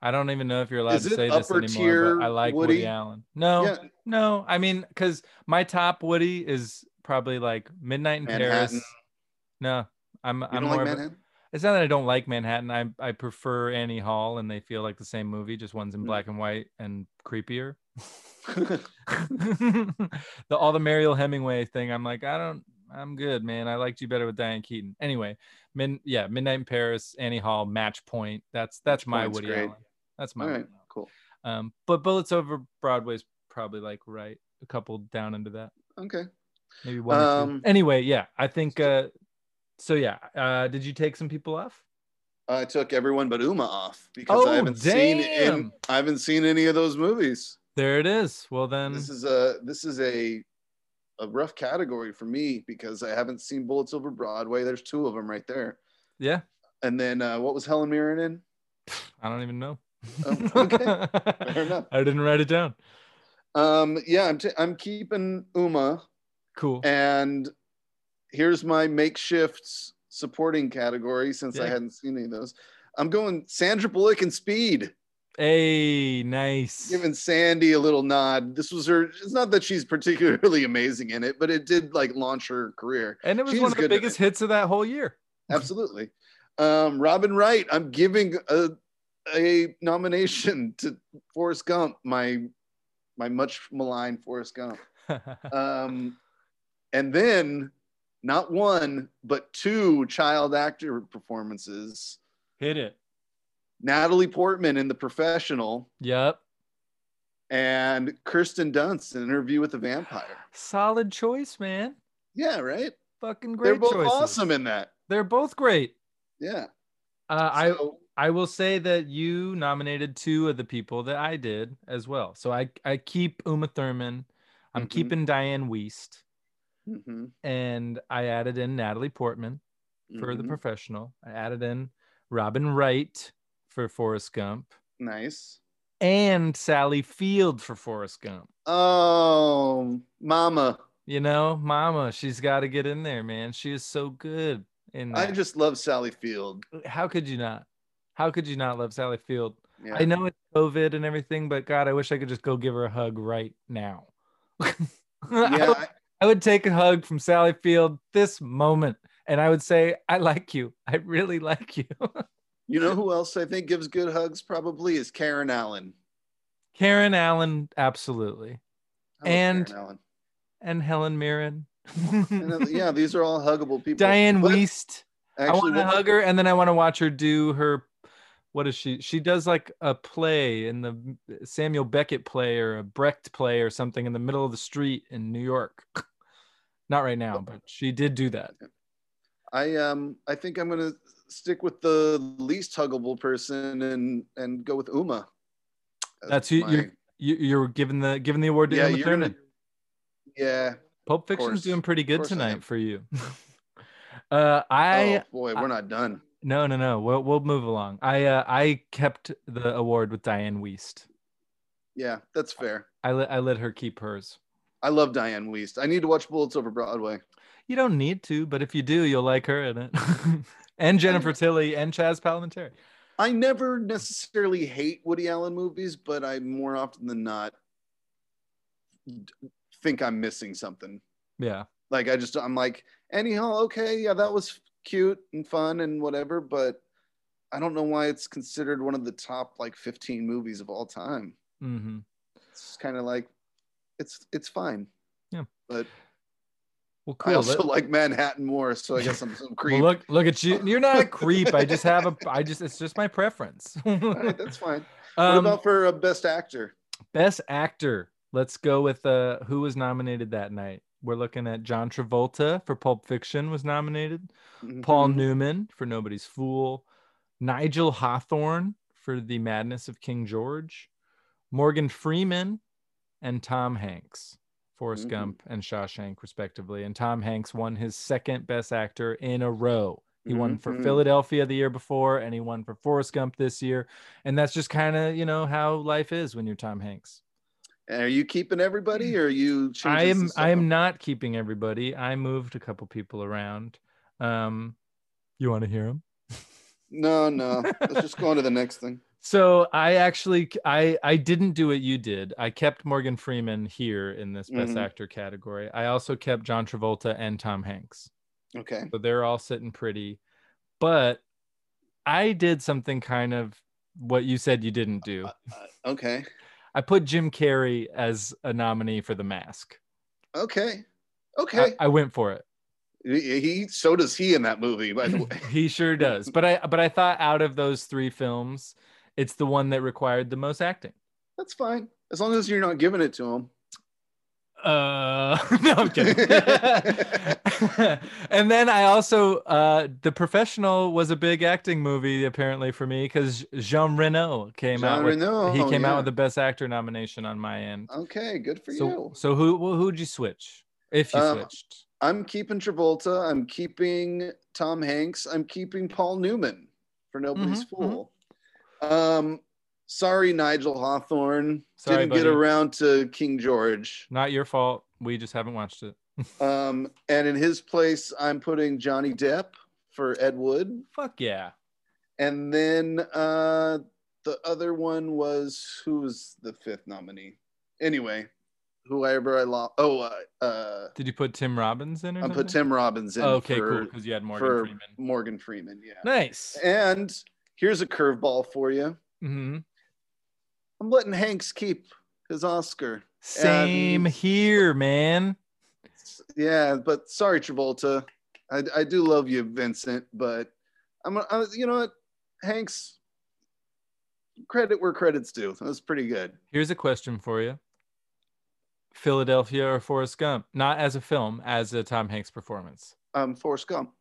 I don't even know if you're allowed
Is
to
it
say this
upper
anymore.
tier
but I like Woody,
Woody?
Allen. No,
yeah,
no, I mean, because my top Woody is probably like Midnight in
Manhattan.
Paris. No, I'm
you
I'm
don't
more.
like
of a-
Manhattan?
it's not that I don't like Manhattan. I I prefer Annie Hall, and they feel like the same movie, just one's in
Mm.
black and white and creepier.
[laughs]
[laughs] the all the Mariel Hemingway thing. I'm like, I don't. I'm good, man. I liked you better with Diane Keaton. Anyway, min yeah, Midnight in Paris, Annie Hall, Match Point. That's that's
Match
my
Point's
Woody
great.
Allen. That's my.
All
Woody
right,
Allen.
cool.
Um, but Bullets Over Broadway's probably like right a couple down into that,
Okay.
maybe one. or two.
Um,
Anyway, yeah, I think. Uh, so yeah, uh, did you take some people off?
I took everyone but Uma off because
Oh,
I haven't seen in,
damn.
I haven't seen any of those movies.
There it is. Well then,
This is a this is a a rough category for me because I haven't seen Bullets Over Broadway. There's two of them right there.
yeah,
And then uh, what was Helen Mirren in?
I don't even know.
Oh,
[laughs]
okay. Fair enough.
I didn't write it down.
Um, yeah, I'm t- I'm keeping Uma,
Cool.
and here's my makeshift supporting category since I
Yeah.
hadn't seen any of those. I'm going Sandra Bullock and Speed.
Hey, nice.
giving Sandy a little nod. This was her. It's not that she's particularly amazing in it, but it did like launch her career.
and it was
she's
one of the
good at
biggest hits of that whole year. [laughs]
Absolutely. Um, Robin Wright. I'm giving a a nomination to Forrest Gump. My my much maligned Forrest Gump. Um, and then not one but two child actor performances.
Hit it.
Natalie Portman in The Professional
Yep.
and Kirsten Dunst in Interview with the Vampire.
Solid choice, man.
Yeah, right.
Fucking great
They're both
choices.
awesome in that.
They're both great.
Yeah.
Uh, I
So,
I will say that you nominated two of the people that I did as well. So I I keep Uma Thurman. I'm
Mhm.
keeping Diane Weist,
mhm,
and I added in Natalie Portman. for the
mhm.
professional. I added in Robin Wright for Forrest Gump
nice.
and Sally Field for Forrest Gump.
Oh, Mama.
You know, Mama, she's got to get in there, man. She is so good. And
I just love Sally Field.
how could you not? How could you not love Sally Field?
Yeah.
I know it's COVID and everything, but God, I wish I could just go give her a hug right now. [laughs] I,
Yeah,
would, I would take a hug from Sally Field this moment, and I would say, "I like you. I really like you." [laughs]
you know who else I think gives good hugs probably is Karen Allen.
Karen Allen, absolutely.
I love
And-
Karen Allen.
and Helen Mirren.
And, uh, yeah, these are all huggable
[laughs]
people.
Diane
But
Weist. I
Actually,
want to
what-
hug her, and then I want to watch her do her. What is she? She does like a play in the Samuel Beckett play or a Brecht play or something in the middle of the street in New York. [laughs] Not right now, but she did do that.
I um I think I'm gonna stick with the least huggable person and and go with Uma.
That's who you're- You, you're giving the giving the award to
Yeah,
Uma
you're
Thurman.
gonna. Yeah.
Pulp Fiction's
course.
doing pretty good
Course I am.
tonight for you. [laughs] uh, I
oh boy, we're not done.
no no no. We'll we'll move along. I uh, I kept the award with Diane Weist.
Yeah, that's fair.
I let I let her keep hers.
I love Diane Weist. I need to watch Bullets Over Broadway.
You don't need to, but if you do, you'll like her in it. [laughs] and Jennifer Tilly and Chaz Palminteri.
I never necessarily hate Woody Allen movies, but I more often than not d- think I'm missing something.
Yeah.
Like I just I'm like Annie Hall, okay, yeah, that was cute and fun and whatever, but I don't know why it's considered one of the top like 15 movies of all time.
hmm
It's kind of like it's it's fine.
Yeah.
But
Well,
I
cool.
also
Let-
like Manhattan more, so I guess I'm
[laughs]
some
well,
creep.
look, look at you. You're not a creep. I just have
[laughs]
a. I just. It's just my preference. [laughs]
all right, that's fine. what
um,
about for a best actor?
best actor. Let's go with uh, who was nominated that night. We're looking at John Travolta for Pulp Fiction was nominated. Paul
Mhm.
Newman for Nobody's Fool, Nigel Hawthorne for The Madness of King George, Morgan Freeman, and Tom Hanks. Forrest
Mhm.
Gump and Shawshank, respectively. And Tom Hanks won his second best actor in a row. He won for
Mhm.
Philadelphia the year before, and he won for Forrest Gump this year. And that's just kind of, you know, how life is when you're Tom Hanks.
And Are you keeping everybody or are you changing
I am
some stuff
I
up?
am not keeping everybody. I moved a couple people around. Um, you want to hear them?
No, no.
[laughs]
Let's just go on to the next thing.
So I actually I I didn't do what you did. I kept Morgan Freeman here in this best
Mhm.
actor category. I also kept John Travolta and Tom Hanks.
Okay.
So they're all sitting pretty. But I did something kind of what you said you didn't do.
Uh, okay.
I put Jim Carrey as a nominee for The Mask.
Okay.
I-
Okay.
I went for it.
he, he- so does he in that movie,
[laughs]
by the way.
he sure does. But I but I thought out of those three films, it's the one that required the most acting.
That's fine. As long as you're not giving it to him.
Uh, [laughs] no, I'm kidding. and then I also, uh, The Professional was a big acting movie apparently for me because Jean Reno came out. With,
Oh,
he came out with the Best Actor nomination on my end.
Okay, good for
so,
you.
so who who- who'd you switch if you
Um,
switched?
I'm keeping Travolta. I'm keeping Tom Hanks. I'm keeping Paul Newman for Nobody's
Mhm,
Fool.
mm-hmm.
Um, sorry, Nigel Hawthorne.
Sorry,
Didn't get
buddy.
around to King George.
Not your fault. We just haven't watched it.
Um, and in his place, I'm putting Johnny Depp for Ed Wood.
Fuck yeah.
And then uh, the other one was who was the fifth nominee? Anyway, whoever I lost. Oh, uh, uh,
Did you put Tim Robbins in? Or
I put
something?
Tim Robbins in.
okay,
for,
cool. Because you had Morgan
for
Freeman.
Morgan Freeman. Yeah.
Nice.
And here's a curveball for you.
hmm
I'm letting Hanks keep his Oscar.
Same here, man.
S- Yeah, but sorry, Travolta. I, I do love you, Vincent, but I'm I, you know what, Hanks. Credit where credits due. That was pretty good.
Here's a question for you. Philadelphia or Forrest Gump? Not as a film, as a Tom Hanks performance.
Um, Forrest Gump.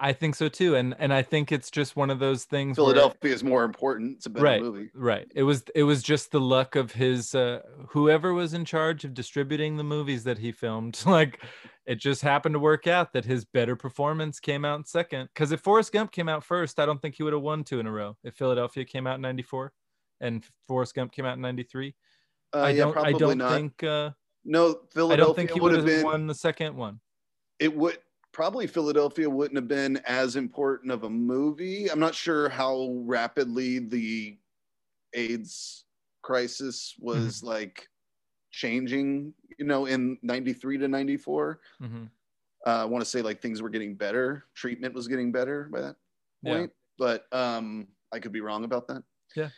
I think so too, and and I think it's just one of those things. where-
Philadelphia is more important. It's a better
Right.
movie.
right? It was it was just the luck of his uh, whoever was in charge of distributing the movies that he filmed. [laughs] Like, it just happened to work out that his better performance came out second. Because if Forrest Gump came out first, I don't think he would have won two in a row. If Philadelphia came out in '94 and Forrest Gump came out in '93,
Uh,
I
yeah,
don't I
probably
don't
not.
think. Uh,
no,
I
Philadelphia
don't think he
would
would
have
have
been.
won the second one.
It would probably Philadelphia wouldn't have been as important of a movie. I'm not sure how rapidly the AIDS crisis
Mm-hmm.
was like changing. You know, in '93 to '94,
hmm
uh, I want to say like things were getting better. Treatment was getting better by that
Yeah.
point, but um, I could be wrong about that.
Yeah.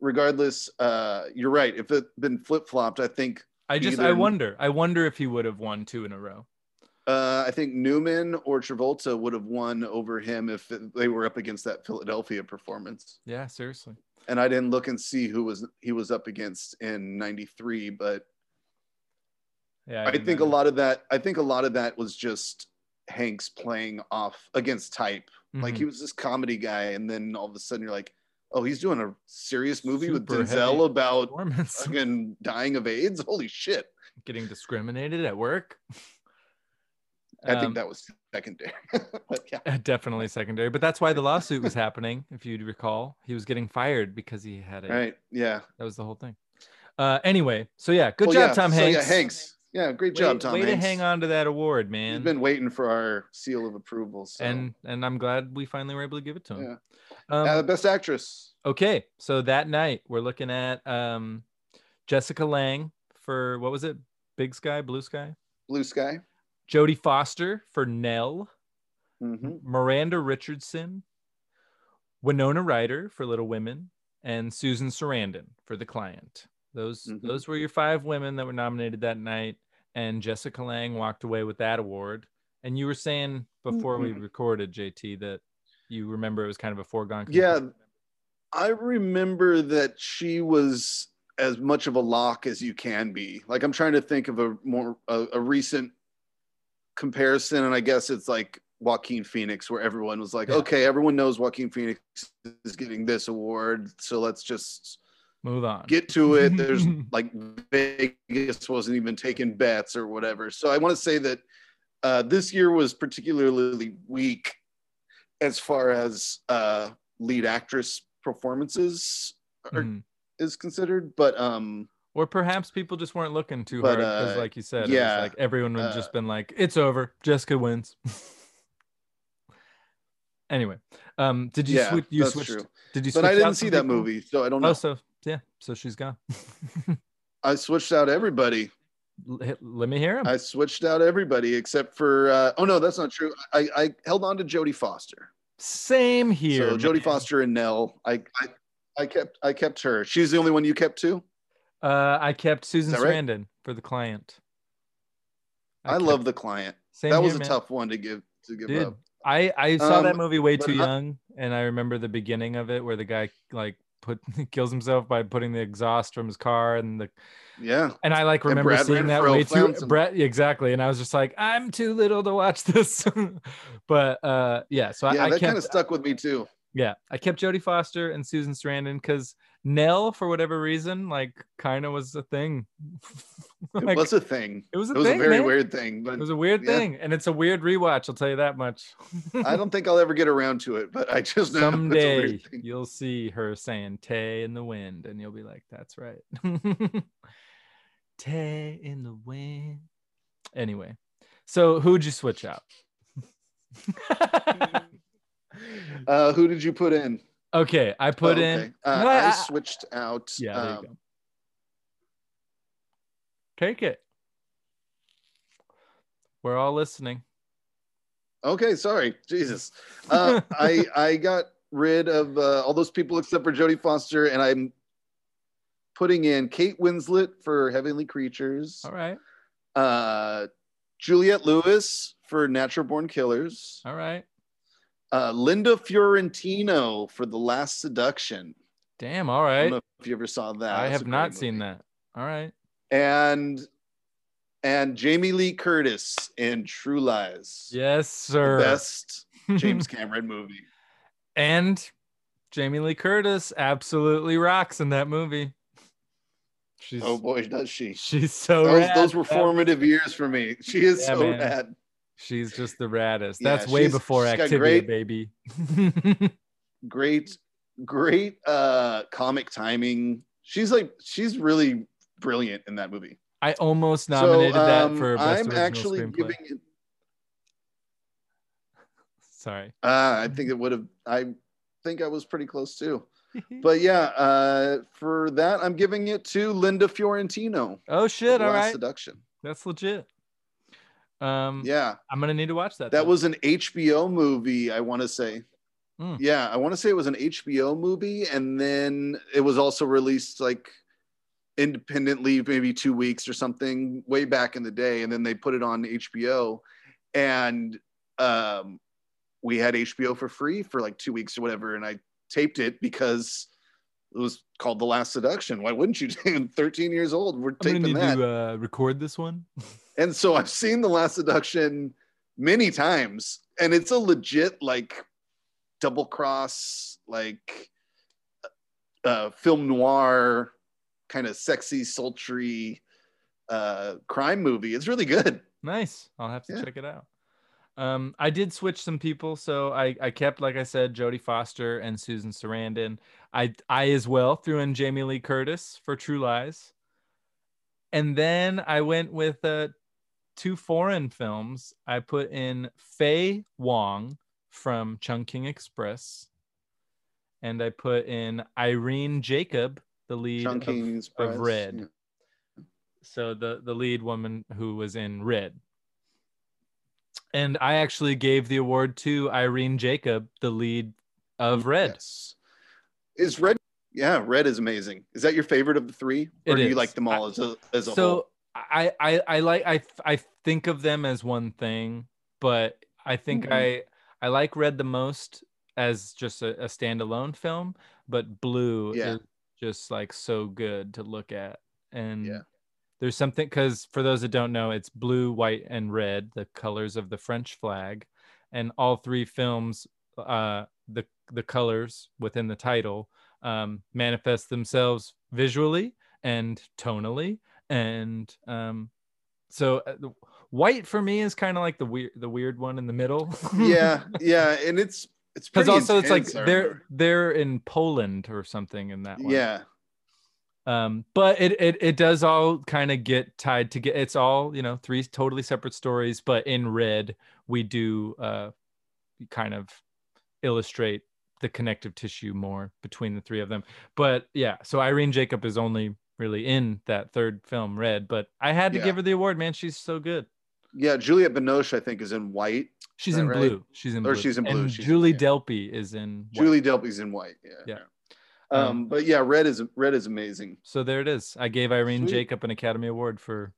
Regardless, uh, you're right. If it had been flip flopped, I think
I just I
Either-
wonder. I wonder if he would have won two in a row.
uh, I think Newman or Travolta would have won over him if it- they were up against that Philadelphia performance.
Yeah, seriously.
And I didn't look and see who was he was up against in '93, but
Yeah,
I
didn't
think a
either.
lot of that. I think a lot of that was just Hanks playing off against type. Like
Mhm.
he was this comedy guy, and then all of a sudden you're like, oh, he's doing a serious movie with
Super
Denzel
heavy
about
[laughs] performance
fucking dying of AIDS. [laughs] Holy shit!
[laughs] getting discriminated at work.
I
Um,
think that was secondary. [laughs] but yeah.
[laughs] definitely secondary, but that's why the lawsuit was happening. If you recall, he was getting fired because he had a.
Right. Yeah.
That was the whole thing. Uh, anyway, so yeah, good
Well,
job,
yeah,
Tom
so,
Hanks.
Yeah, Hanks. Yeah, great
Way,
job, Tom
way
Hanks.
to hang on to that award, man.
He's been waiting for our seal of approval. So.
and and I'm glad we finally were able to give it to him. Um,
Uh, best actress.
Okay, so that night we're looking at um, Jessica Lang for what was it? Big Sky, Blue Sky.
Blue Sky.
Jodie Foster for Nell. [laughs]
hmm
Miranda Richardson. Winona Ryder for Little Women, and Susan Sarandon for The Client. Those
Mhm.
those were your five women that were nominated that night, and Jessica Lang walked away with that award. And you were saying before we
Mhm.
recorded, JT, that you remember it was kind of a foregone.
Yeah.
conclusion.
I remember that she was as much of a lock as you can be. Like I'm trying to think of a more a, a recent comparison, and I guess it's like Joaquin Phoenix, where everyone was like,
Yeah.
okay, everyone knows Joaquin Phoenix is getting this award, so let's just
move on.
get to
[laughs]
it. There's like Vegas wasn't even taking bets or whatever. So I want to say that uh, this year was particularly weak as far as uh, lead actress performances are-
Mhm.
is considered. But um,
Or perhaps people just weren't looking too hard
But,
because,
uh,
like you said,
yeah,
it was like everyone would have
uh,
just been like, "It's over. Jessica wins." [laughs] Anyway, um, did you
yeah,
switch? You
that's
switched.
true.
Did you?
But I
switch
didn't
out
see
some
that
people?
movie, so I don't know.
Oh, so yeah, so she's gone. [laughs]
I switched out everybody.
L- hit- Let me hear him.
I switched out everybody except for. Uh, oh no, that's not true. I, I held on to Jodie Foster.
Same here.
so Jodie
man.
Foster and Nell. I, I I kept I kept her. She's the only one you kept too.
Uh, I kept Susan
that right?
Sarandon for the client.
I,
kept-
love the client.
Same
that was
here,
a
man.
tough one to give to give
Dude,
up.
I I saw that
Um,
movie way
but
too
I-
young, and I remember the beginning of it where the guy like put [laughs] kills himself by putting the exhaust from his car, and the
Yeah.
and I like
And
remember
Brad
seeing that
Renfro
way too
clowns him.
Brett exactly, and I was just like, I'm too little to watch [laughs] this, but uh yeah, so
yeah,
I, I
that
kept
kind of stuck with
[laughs]
me too.
yeah I kept Jodie Foster and Susan Sarandon because Nell for whatever reason like kind of was a thing. [laughs]
It
Like,
was a thing.
it was a
It was
thing,
a very
man.
weird thing,
It
but
was a [laughs] weird
yeah.
thing, and it's a weird rewatch. I'll tell you that much.
I don't think I'll ever get around to it. But I [laughs] just know it's a
Someday
weird thing.
you'll see her saying "Tay in the wind," and you'll be like, "That's right, [laughs] Tay in the wind." Anyway, so who'd you switch out? [laughs]
Uh, who did you put in?
okay, I put
Oh,
in.
okay. Uh,
No, I-
I
I-
switched out.
Yeah, there you
um,
go. Take it. We're all listening.
Okay, sorry, Jesus.
[laughs]
Uh, I I got rid of uh, all those people except for Jodie Foster, and I'm putting in Kate Winslet for Heavenly Creatures,
All right, Oh.
uh, Juliette Lewis for Natural Born Killers,
all right.
uh, Linda Fiorentino for The Last Seduction.
Damn, all
I don't
right.
know if you ever saw that.
I
That's a
have not
great
seen
movie.
that. All right.
And and Jamie Lee Curtis in True Lies.
Yes,
The
sir. [laughs]
best James Cameron movie.
and Jamie Lee Curtis absolutely rocks in that movie. She's
Oh boy, does she.
she's so
those,
rad.
those were
That-
formative years for me. She is
Yeah,
so
man.
rad.
She's just the raddest.
Yeah,
That's way
she's-
before
she's got
Activia,
great-
baby. [laughs]
Great, great uh comic timing. She's like she's really brilliant in that movie.
I almost nominated
so
that
um,
for best
I'm
original
actually
screenplay.
giving it [laughs]
Sorry.
uh,
Mm-hmm.
I think it would have I think I was pretty close too. But yeah, uh for that I'm giving it to Linda Fiorentino.
oh
for
shit!
The
All
Last
right,
Seduction.
that's legit. Um,
Yeah.
I'm gonna need to watch that.
That
then.
was an HBO movie, I want to say.
Mm.
Yeah, I want to say it was an HBO movie, and then it was also released like independently, maybe two weeks or something, way back in the day, and then they put it on HBO, and um, we had HBO for free for like two weeks or whatever, and I taped it because it was called The Last Seduction. Why wouldn't you? [laughs] I'm 13 years old. We're
I'm gonna
taping
need
that.
to uh, record this one.
And so I've seen The Last Seduction many times, and it's a legit like double cross, like uh, film noir, kind of sexy, sultry uh, crime movie. It's really good.
Nice. I'll have to
Yeah.
check it out. Um, I did switch some people, so I I kept like I said Jodie Foster and Susan Sarandon. I I as well threw in Jamie Lee Curtis for True Lies, and then I went with uh, two foreign films. I put in Faye Wong from Chungking Express, and I put in Irene Jacob, the lead of
Chunking Express.
Red.
Yeah.
so the the lead woman who was in red and i actually gave the award to irene jacob the lead of red
Yes. Is Red? Yeah, Red is amazing. Is that your favorite of the three, or
It
do you
is.
like them all as a as a whole?
so I, I i like i i think of them as one thing but i think
Mhm.
i i like red the most as just a, a standalone film but blue
Yeah.
is just like so good to look at and
Yeah.
there's something because for those that don't know it's blue white and red the colors of the french flag and all three films uh the the colors within the title um manifest themselves visually and tonally and um so uh, the- white for me is kind of like the weird the weird one in the middle [laughs]
yeah, yeah, and it's it's
because
pretty
also it's
intense, I
like they're
remember.
they're in poland or something in that one
yeah,
um but it it, it does all kind of get tied together it's all you know three totally separate stories but in red we do uh kind of illustrate the connective tissue more between the three of them. But yeah, so Irene Jacob is only really in that third film, Red. But I had to
Yeah.
give her the award, man. She's so good.
Yeah, Juliette Binoche, I think, is in white.
She's
that
in
right?
blue. She's in
Or
blue.
she's in blue,
And
she's-
Julie
yeah.
Delpy is in. white.
Julie Delpy's in white. Yeah.
Yeah.
Um,
Um,
but yeah, red is red is amazing.
So there it is. I gave Irene
Sweet.
Jacob an Academy Award for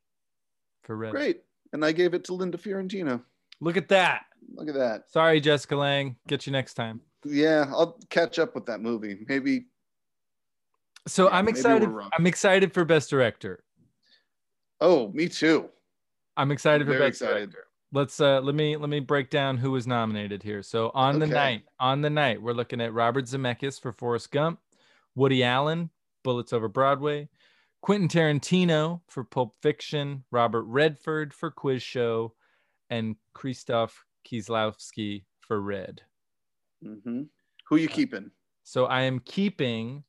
for Red.
Great. And I gave it to Linda Fiorentino.
Look at that.
Look at that.
Sorry, Jessica Lang. Get you next time.
Yeah, I'll catch up with that movie. Maybe
So
Yeah,
I'm
maybe we're
excited.
wrong.
I'm excited for Best Director.
oh, me too.
I'm excited for
Very
Best Director.
excited.
let's uh let me let me break down who was nominated here so on the
Okay.
night on the night we're looking at robert zemeckis for forrest gump woody allen bullets over broadway quentin tarantino for pulp fiction robert redford for quiz show and christoph kieslowski for red
hmm Who
Uh,
you keeping?
so i am keeping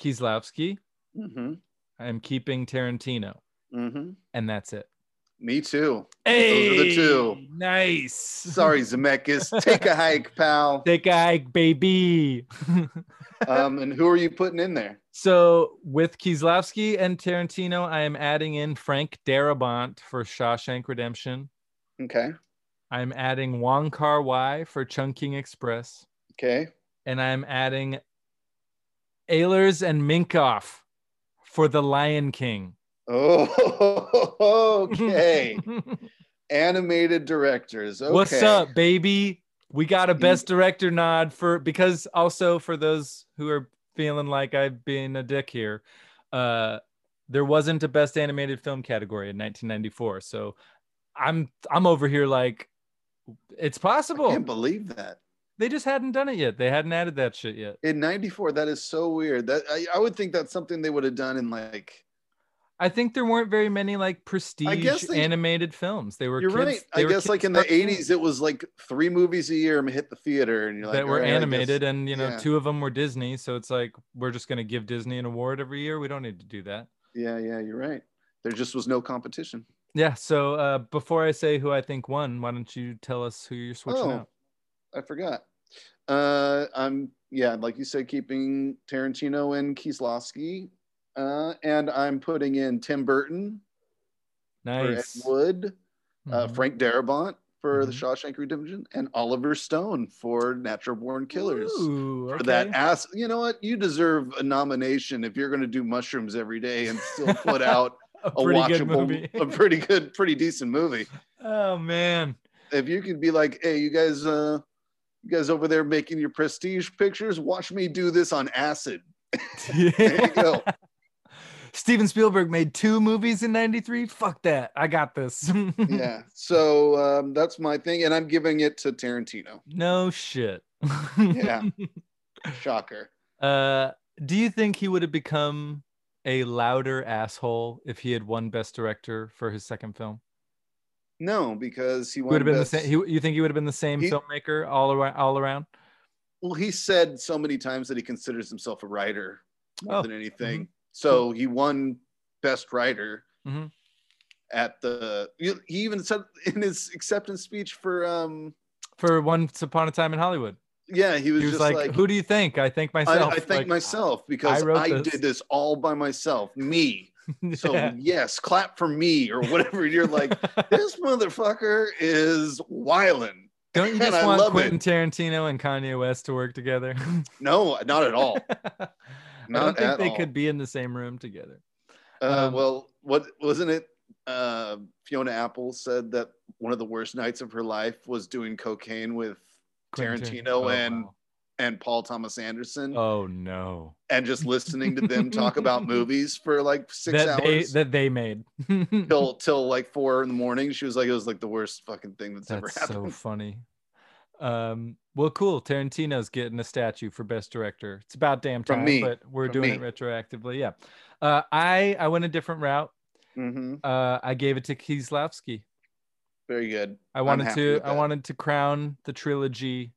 kieslowski
hmm
i am keeping tarantino
hmm
and that's it [laughs]
Me too.
hey
are the two.
nice
Sorry, Zemeckis. Take a hike,
[laughs]
pal.
Dick Ike, baby. [laughs]
Um, and who are you putting in there?
So with Kieslowski and Tarantino, I am adding in Frank Darabont for Shawshank Redemption.
Okay.
I'm adding Wong Kar Wai for Chungking Express,
Okay.
and I'm adding Ehlers and Minkoff for The Lion King.
Oh, [laughs]
[laughs]
okay. Animated directors. Okay. Mm.
What's up, baby? We got a best director nod for because also for those who are feeling like I've been a dick here, uh, there wasn't a best animated film category in 1994. So I'm I'm over here like it's
I can't
possible.
believe that.
They just hadn't done it yet. They hadn't added that shit yet.
In '94, that is so weird. That I, I would think that's something they would have done in like.
I think there weren't very many like prestige
they-
animated films. They were
You're
kids,
right.
they
I
were
guess like
kids'
in the
cartoons.
'80s, it was like three movies a year hit the theater, and you're like
that were
"All right, I guess-
animated and you know
yeah.
two of them were disney so it's like we're just going to give disney an award every year we don't need to do that
Yeah, yeah, you're right. There just was no competition.
yeah so uh, before i say who i think won why don't you tell us who you're switching
Oh.
out
I forgot. Uh, I'm yeah, like you said, keeping Tarantino and Kieslowski, uh, and I'm putting in Tim Burton for Ed
nice
Wood, uh,
Mhm.
Frank Darabont for The
Mhm.
Shawshank Redemption, and Oliver Stone for Natural Born Killers.
Ooh,
For that
okay.
ass, you know what? You deserve a nomination if you're going to do mushrooms every day and still
[laughs]
put out
[laughs] a
a
pretty good
watchable, [laughs]
movie
a pretty good, pretty decent movie.
oh man
if you could be like, hey, you guys, uh, you guys over there making your prestige pictures, watch me do this on acid.
[laughs]
There you go.
steven spielberg made two movies in 93 fuck that i got this
yeah. So um, that's my thing, and I'm giving it to Tarantino.
[laughs] no shit
Yeah. Shocker.
Uh, do you think he would have become a louder asshole if he had won Best Director for his second film?
No, because he
He would
won
have been
best-
the same. He, you think he would have been the same
He-
filmmaker all around? All around?
well, he said so many times that he considers himself a writer more
Oh,
than anything. So he won best writer.
Mhm.
At the, he he even said in his acceptance speech for, um,
For Once Upon a Time in Hollywood,
yeah, he was,
he was
just
like,
like
"Who do you think? I think
I,
myself."
I thank
Like, [laughs]
myself because
I
I,
wrote this.
did this all by myself, me.
[laughs]
So [laughs]
yeah.
yes, clap for me or whatever.
[laughs]
You're like, this motherfucker is wildin'.
don't you
man,
just
I
want
love
Quentin Tarantino and Kanye West to work together? [laughs]
No, not at all.
I don't
Not
think
at
they
all.
could be in the same room together.
Uh,
Um,
well, what wasn't it? Uh, Fiona Apple said that one of the worst nights of her life was doing cocaine with
Quentin
Tarantino and- and Paul Thomas Anderson,
wow. oh no,
and just listening to them
[laughs]
talk about movies for like six
that
hours.
they that they made. [laughs]
till till like four in the morning. She was like, it was like the worst fucking thing that's, ever
That's so
happened.
funny. Um, well, cool. Tarantino's getting a statue for best director. It's about damn
From
time,
me.
but we're
From
doing
me.
it retroactively. Yeah. Uh, I I went a different route.
hmm
Uh, I gave it to Kieslowski.
Very good.
I wanted
happy
to
with
I
that.
wanted to crown the trilogy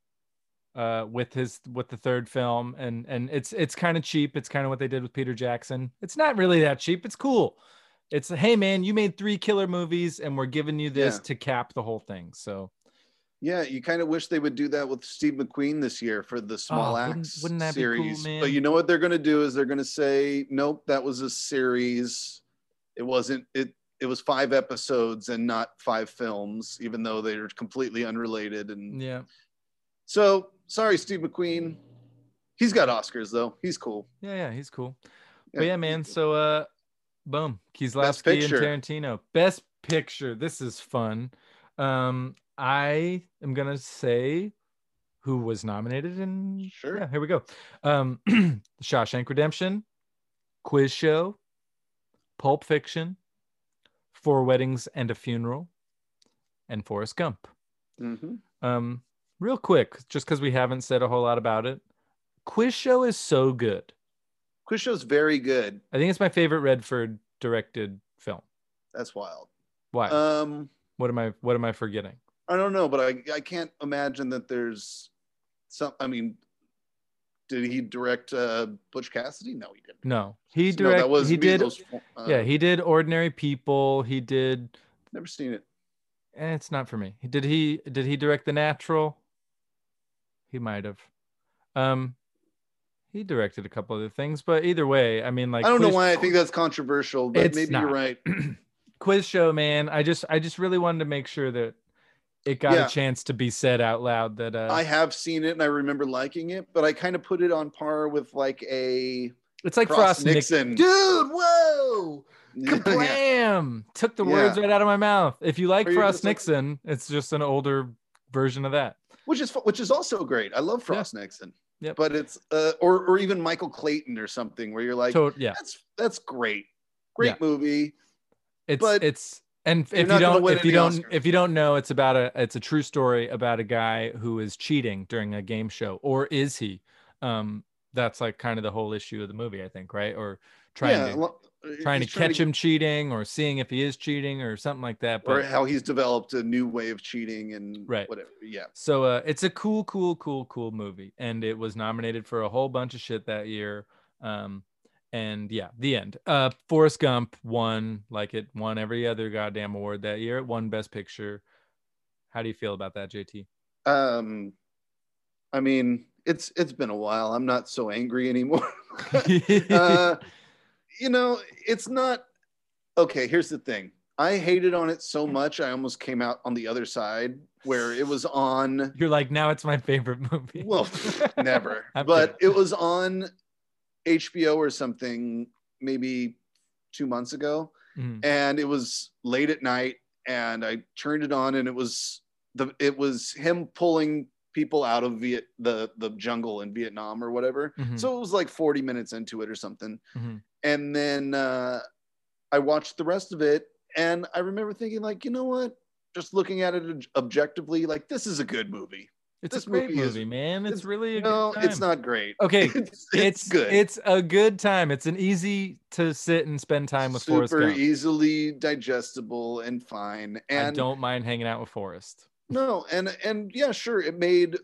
uh with his with the third film and and it's it's kind of cheap it's kind of what they did with Peter Jackson it's not really that cheap it's cool it's hey man you made three killer movies and we're giving you this
Yeah.
to cap the whole thing so
Yeah, you kind of wish they would do that with Steve McQueen this year for the Small
Oh,
Axe
wouldn't- wouldn't that be cool,
series.
man?
But you know what they're going to do is they're going to say, "Nope, that was a series. It wasn't it it was 5 episodes and not 5 films even though they're completely unrelated and
Yeah.
So, sorry Steve McQueen. He's got Oscars though. He's cool.
Yeah, yeah, he's cool.
Yeah.
But yeah, man. So, uh, boom, Kieslowski
picture.
and Tarantino. Best picture. This is fun. Um, I am gonna say who was nominated and
Sure.
Yeah, here we go. Um, [clears throat] Shawshank Redemption, Quiz Show, Pulp Fiction, Four Weddings and a Funeral, and Forrest Gump.
Mhm.
Um, real quick, just because we haven't said a whole lot about it, Quiz Show is so good.
Quiz show's very good.
I think it's my favorite Redford directed film.
That's wild.
Why?
Um
what am I what am I forgetting?
I don't know, but I I can't imagine that there's some I mean did he direct uh Butch Cassidy? No, he didn't.
No. He
No,
directed
that was
he did
Milos Fo- uh,
Yeah, he did Ordinary People. He did
never seen it.
eh, it's not for me. Did he did he direct The Natural? He might have. Um he directed a couple other things, but either way, I mean like
I don't know
Quiz-
why I think that's controversial, but
It's
maybe
not.
you're right.
quiz show, man. I just I just really wanted to make sure that it got
Yeah.
a chance to be said out loud that uh
I have seen it and I remember liking it, but I kind of put it on par with like a
it's like
Frost,
Frost, Nixon.
Nixon.
Dude, whoa.
[laughs] Yeah.
Kablam! Took the words
Yeah.
right out of my mouth. If you like
Or you're
Frost
just like-
Nixon, it's just an older version of that.
Which is fu- which is also great. I love Frost Nixon.
Yep.
But it's uh, or or even Michael Clayton or something where you're like
so yeah,
that's that's great. Great
Yeah. movie.
movie.
it's
but
it's and
you're
if you
not gonna
don't
win
if you
any
don't
Oscars.
if you don't know, it's about a it's a true story about a guy who is cheating during a game show, or is he? Um, that's like kind of the whole issue of the movie, I think, right? Or trying to
uh,
trying to catch him cheating, or seeing if he is cheating, or something like that.
or
But
how he's developed a new way of cheating and
Right.
whatever. Yeah.
So uh, it's a cool, cool, cool, cool movie, and it was nominated for a whole bunch of shit that year. Um, and yeah, the end. Uh, Forrest Gump won, like it won every other goddamn award that year. It won Best Picture. How do you feel about that, JT?
Um I mean, it's it's been a while. I'm not so angry anymore. [laughs] [laughs] uh, you know, it's not okay. Here's the thing I hated on it
Hmm.
so much, I almost came out on the other side where it was on,
[laughs] You're like now it's my favorite movie. [laughs]
well, never,
I'm
but it was on HBO or something maybe two months ago,
Mhm.
and it was late at night, and I turned it on, and it was the it was him pulling people out of Viet, the the jungle in Vietnam or whatever.
Mhm.
So it was like 40 minutes into it or something
Mhm.
and then uh, I watched the rest of it, and I remember thinking, like, you know what? Just looking at it ob- objectively, like, this is a good movie.
It's
this
a great
movie
movie,
is-
man. It's,
it's-
really a
No,
good time.
it's
[laughs]
not great.
Okay,
[laughs] it's, it's
It's
good.
It's a good time. It's an easy to sit and spend time with Forrest
super
Gump.
easily digestible and fine.
I
And
don't mind hanging out with Forrest.
no, and and yeah, sure, it made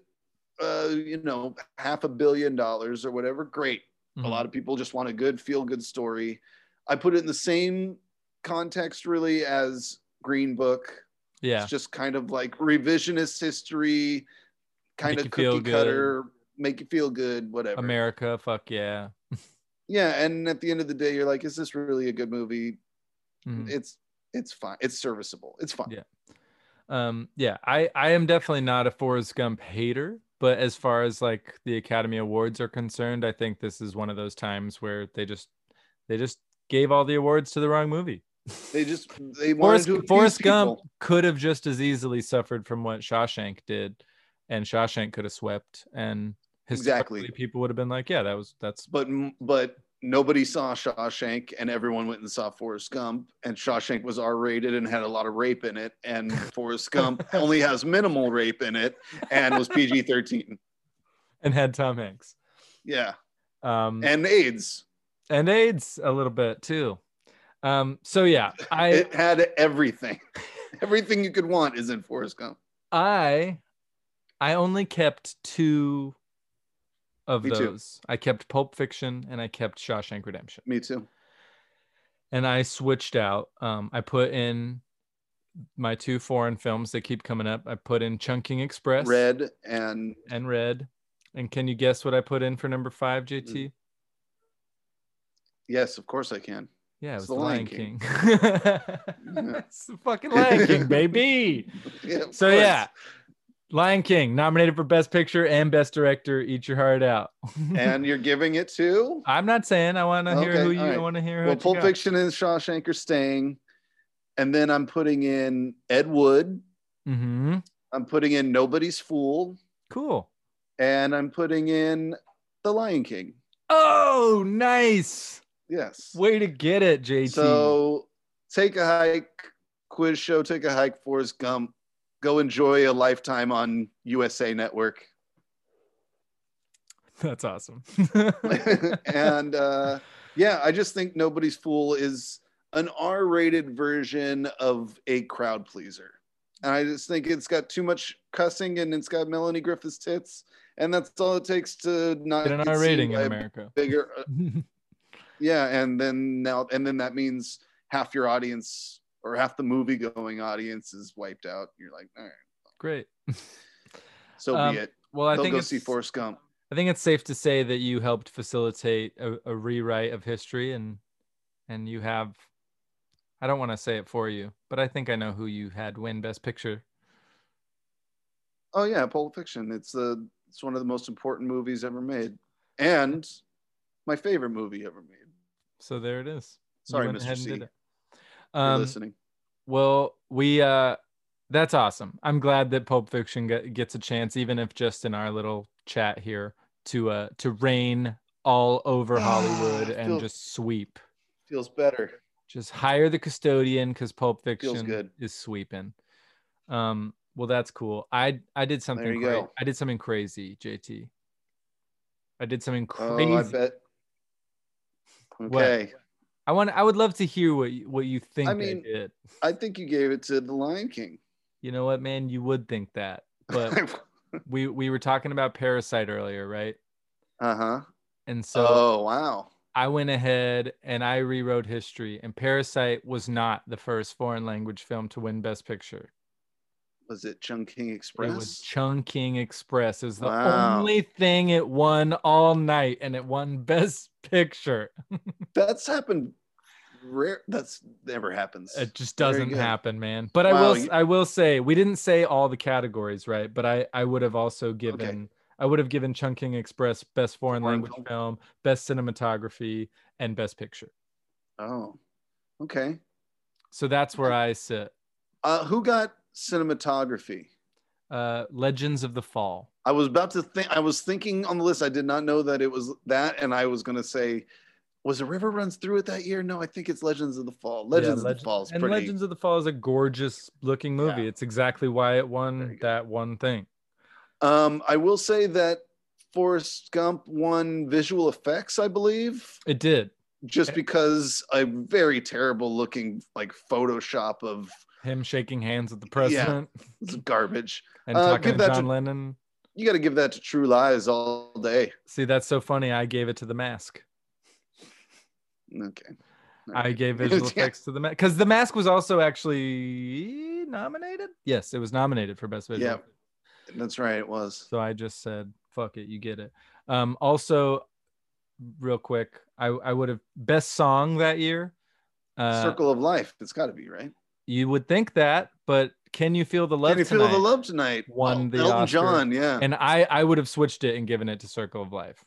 uh, you know half a billion dollars or whatever. Great.
Mhm.
a lot of people just want a good feel good story i put it in the same context really as green book
yeah.
it's just kind of like revisionist history kind
Make
of
you feel
cookie
good.
cutter make you feel good whatever
America, fuck yeah.
yeah and at the end of the day you're like is this really a good movie
Mhm.
it's it's fine it's serviceable it's fine
Yeah. Um, yeah, I, I am definitely not a Forrest Gump hater, but as far as like the Academy Awards are concerned, I think this is one of those times where they just they just gave all the awards to the wrong movie.
they just they wanted
Forrest,
to appease
Forrest Gump
people.
could have just as easily suffered from what Shawshank did, and Shawshank could have swept, and
Exactly.
historically people would have been like, yeah, that was that's
but but nobody saw Shawshank, and everyone went and saw Forrest Gump. And Shawshank was R-rated and had a lot of rape in it,
[laughs]
and Forrest Gump only has minimal rape in it and was PG-13.
and had Tom Hanks,
Yeah,
um,
and AIDS.
and AIDS a little bit too. Um, so yeah, I
[laughs] it had everything. [laughs] Everything you could want is in Forrest Gump.
I I only kept two of
Me too.
those. I kept Pulp Fiction and I kept Shawshank Redemption.
Me too.
And I switched out. Um, I put in my two foreign films that keep coming up. I put in Chunking Express
Red and
and Red. And can you guess what I put in for number five, JT?
Mm. yes, of course I can.
Yeah, it was
It's The
the Lion
Lion
King. [laughs] it's the fucking Lion
[laughs]
King, baby.
Yeah, of
So
course.
yeah, Lion King nominated for Best Picture and Best Director. Eat your heart out.
and you're giving it to
I'm not saying [laughs] I want to hear
Okay,
who you
all right.
want to hear.
well,
what you
Pulp
got.
Fiction and Shawshank are staying, and then I'm putting in Ed Wood.
Mhm.
I'm putting in Nobody's Fool,
Cool.
and I'm putting in The Lion King.
Oh, nice.
Yes.
Way to get it, JT.
So take a hike, quiz show, take a hike, Forrest Gump. Go enjoy a lifetime on
[laughs]
USA Network.
[laughs]
[laughs]
That's awesome. [laughs]
and uh, yeah, I just think Nobody's Fool is an R rated version of a crowd pleaser. And I just think it's got too much cussing and it's got Melanie Griffith's tits. And that's all it takes to not
Get an
[laughs] get
R
seen
rating in
by a
America. [laughs]
Bigger, yeah and then now and then that means half your audience or half the movie going audience is wiped out you're like all right
Great.
so
Um,
be it
Well, I
they'll
think
go
it's,
see Forrest Gump
I think it's safe to say that you helped facilitate a, a rewrite of history, and and you have. I don't want to say it for you, but I think I know who you had win Best Picture.
oh yeah Pulp Fiction it's the it's one of the most important movies ever made and my favorite movie ever made
So there it is. You
sorry
went
Mr.
ahead and
C
did
you're
it. Um,
listening
Well, we uh that's awesome. I'm glad that Pulp Fiction get, gets a chance even if just in our little chat here to uh to reign all over
Ah,
Hollywood
I
and
feel-
just sweep.
feels better
Just hire the custodian cuz Pulp
Feels
Fiction
good.
is sweeping. Um well that's cool. I I did something
you
cra-
go.
I did something crazy, JT. I did something crazy.
oh I bet
What?
okay
I want I would love to hear what you, what you think I
mean-
did.
I think you gave it to The Lion King
You know what, man? You would think that. But we we were talking about parasite earlier right
[laughs] uh-huh
and so
oh wow
i went ahead and i rewrote history and parasite was not the first foreign language film to win best picture
was it Chungking Express
it was chungking express it was the
Wow.
only thing it won all night and it won best picture
That's happened rare. That's never happens.
it just
Very
doesn't
good.
happen man but i
Wow,
will
you-
i will say we didn't say all the categories right but i i would have also given i would have given chungking express best foreign
Foreign
language
film.
film best cinematography and best picture
oh, okay.
So that's where I sit.
Uh, who got cinematography?
Uh, Legends of the Fall.
I was about to think. I was thinking on the list. I did not know that it was that, and I was gonna say, was a river runs through it that year? No, I think it's Legends of the Fall. Legends of
Legend-
the Fall is
And
pretty.
Legends of the Fall is a gorgeous looking movie.
Yeah.
It's exactly why it
Very
won
good.
that one thing.
Um, I will say that Forrest Gump won visual effects, I believe,
It did.
just because a very terrible looking like Photoshop of
Him shaking hands with the president
garbage.
and
Uh,
talking
give
to
that
John
to-
Lennon.
you got to give that to True Lies all day.
See, that's so funny. I gave it to the mask.
Okay.
I
[laughs]
gave visual
Yeah.
effects to the mask because the mask was also actually nominated. Yes, it was nominated for best visual.
Yeah. That's right. It was.
So I just said, fuck it, you get it. Um, also, real quick, I, I would have best song that year. Uh,
Circle of Life. It's got to be, right?
You would think that, but Can You Feel the Love
Can you
Tonight?
feel the love tonight? Oh,
won the
Elton
Oscar.
John. Yeah.
And I, I would have switched it and given it to Circle of Life.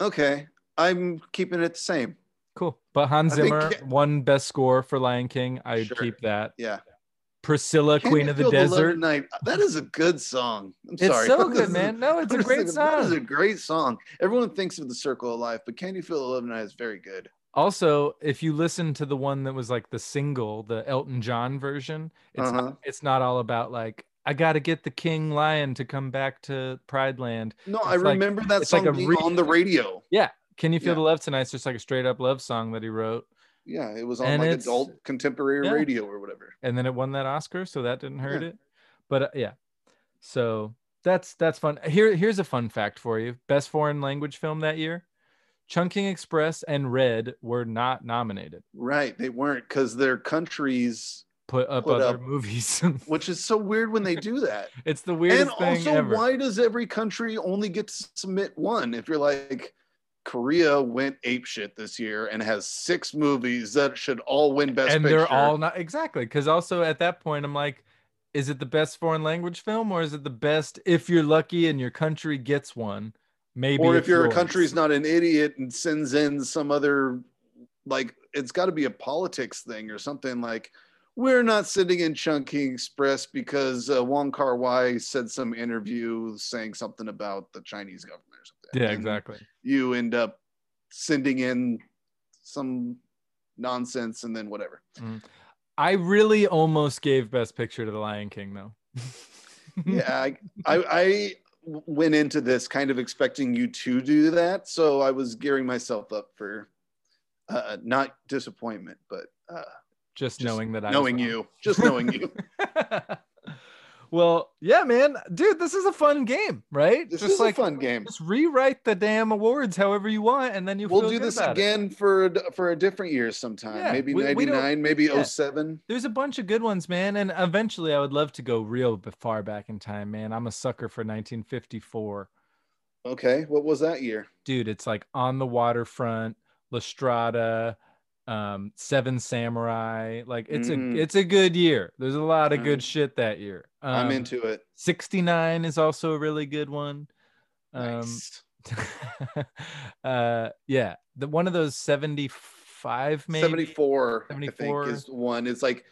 okay. I'm keeping it the same.
Cool. But Hans
I think
Zimmer
Ca-
won best score for Lion King. I'd
Sure.
keep that.
Yeah.
Priscilla,
Can
Queen
You
of the
Feel Love
Desert.
Tonight. That is a good song. I'm
it's
[laughs] sorry.
so
This
good,
is-
man. No, it's a
I'm just
great
thinking, That is
song.
a great song. Everyone thinks of the Circle of Life, but Can You Feel the Love Tonight is very good.
Also, if you listen to the one that was like the single, the Elton John version, it's
Uh-huh.
it's not all about like I got to get the king lion to come back to Pride Land.
No,
It's
I
like-
remember that
it's like
song
a
being
re-
on the radio.
Can you feel
Yeah.
the love tonight's just like a straight up love song that he wrote,
Yeah, it was on
And
like
it's-
adult contemporary
yeah.
radio or whatever.
and then it won that Oscar, so that didn't hurt
Yeah.
it. But uh, yeah, so that's that's fun. Here here's a fun fact for you: best foreign language film that year, Chunking Express and Red were not nominated.
Right, they weren't because their countries,
Put up
Put
other
up-
movies. [laughs]
which is so weird when they do that.
it's the [laughs]
and
weirdest thing
also,
ever.
why does every country only get to submit one? If you're like, Korea went ape shit this year and has six movies that should all win best
and
picture.
they're all not exactly because also at that point i'm like is it the best foreign language film or is it the best if you're lucky and your country gets one maybe
or if
it's
your
yours.
country's not an idiot and sends in some other like it's got to be a politics thing or something like we're not sitting in Chunking Express because uh, Wong Kar Wai said some interview saying something about the Chinese government or something.
yeah
And
exactly
You end up sending in some nonsense and then whatever.
Mm. i really almost gave best picture to the lion king though
[laughs] yeah, I, I, I went into this kind of expecting you to do that, so I was gearing myself up for uh, not disappointment, but uh,
[laughs] just,
just
knowing that i was
knowing
wrong.
you, just
[laughs]
knowing you.
well yeah man dude this is a fun game right
This
just
is
like
a fun game.
just rewrite the damn awards however you want and then you
We'll
feel
do
good
this
about it.
again for a d- for a different year sometime.
Yeah,
maybe
we- we don't-
'99, maybe
yeah.
'07.
There's a bunch of good ones, man, and eventually I would love to go real b- far back in time, man. I'm a sucker for 1954.
Okay, what was that year?
Dude, it's like On the Waterfront, La Strada, um, Seven Samurai. Like it's
Mm.
a it's a good year. There's a lot of good
Mm.
shit that year. Um,
I'm into it.
69 is also a really good one. Um,
Nice.
[laughs] uh, yeah, the one of those 75 maybe.
74, I
74.
think, is one. It's like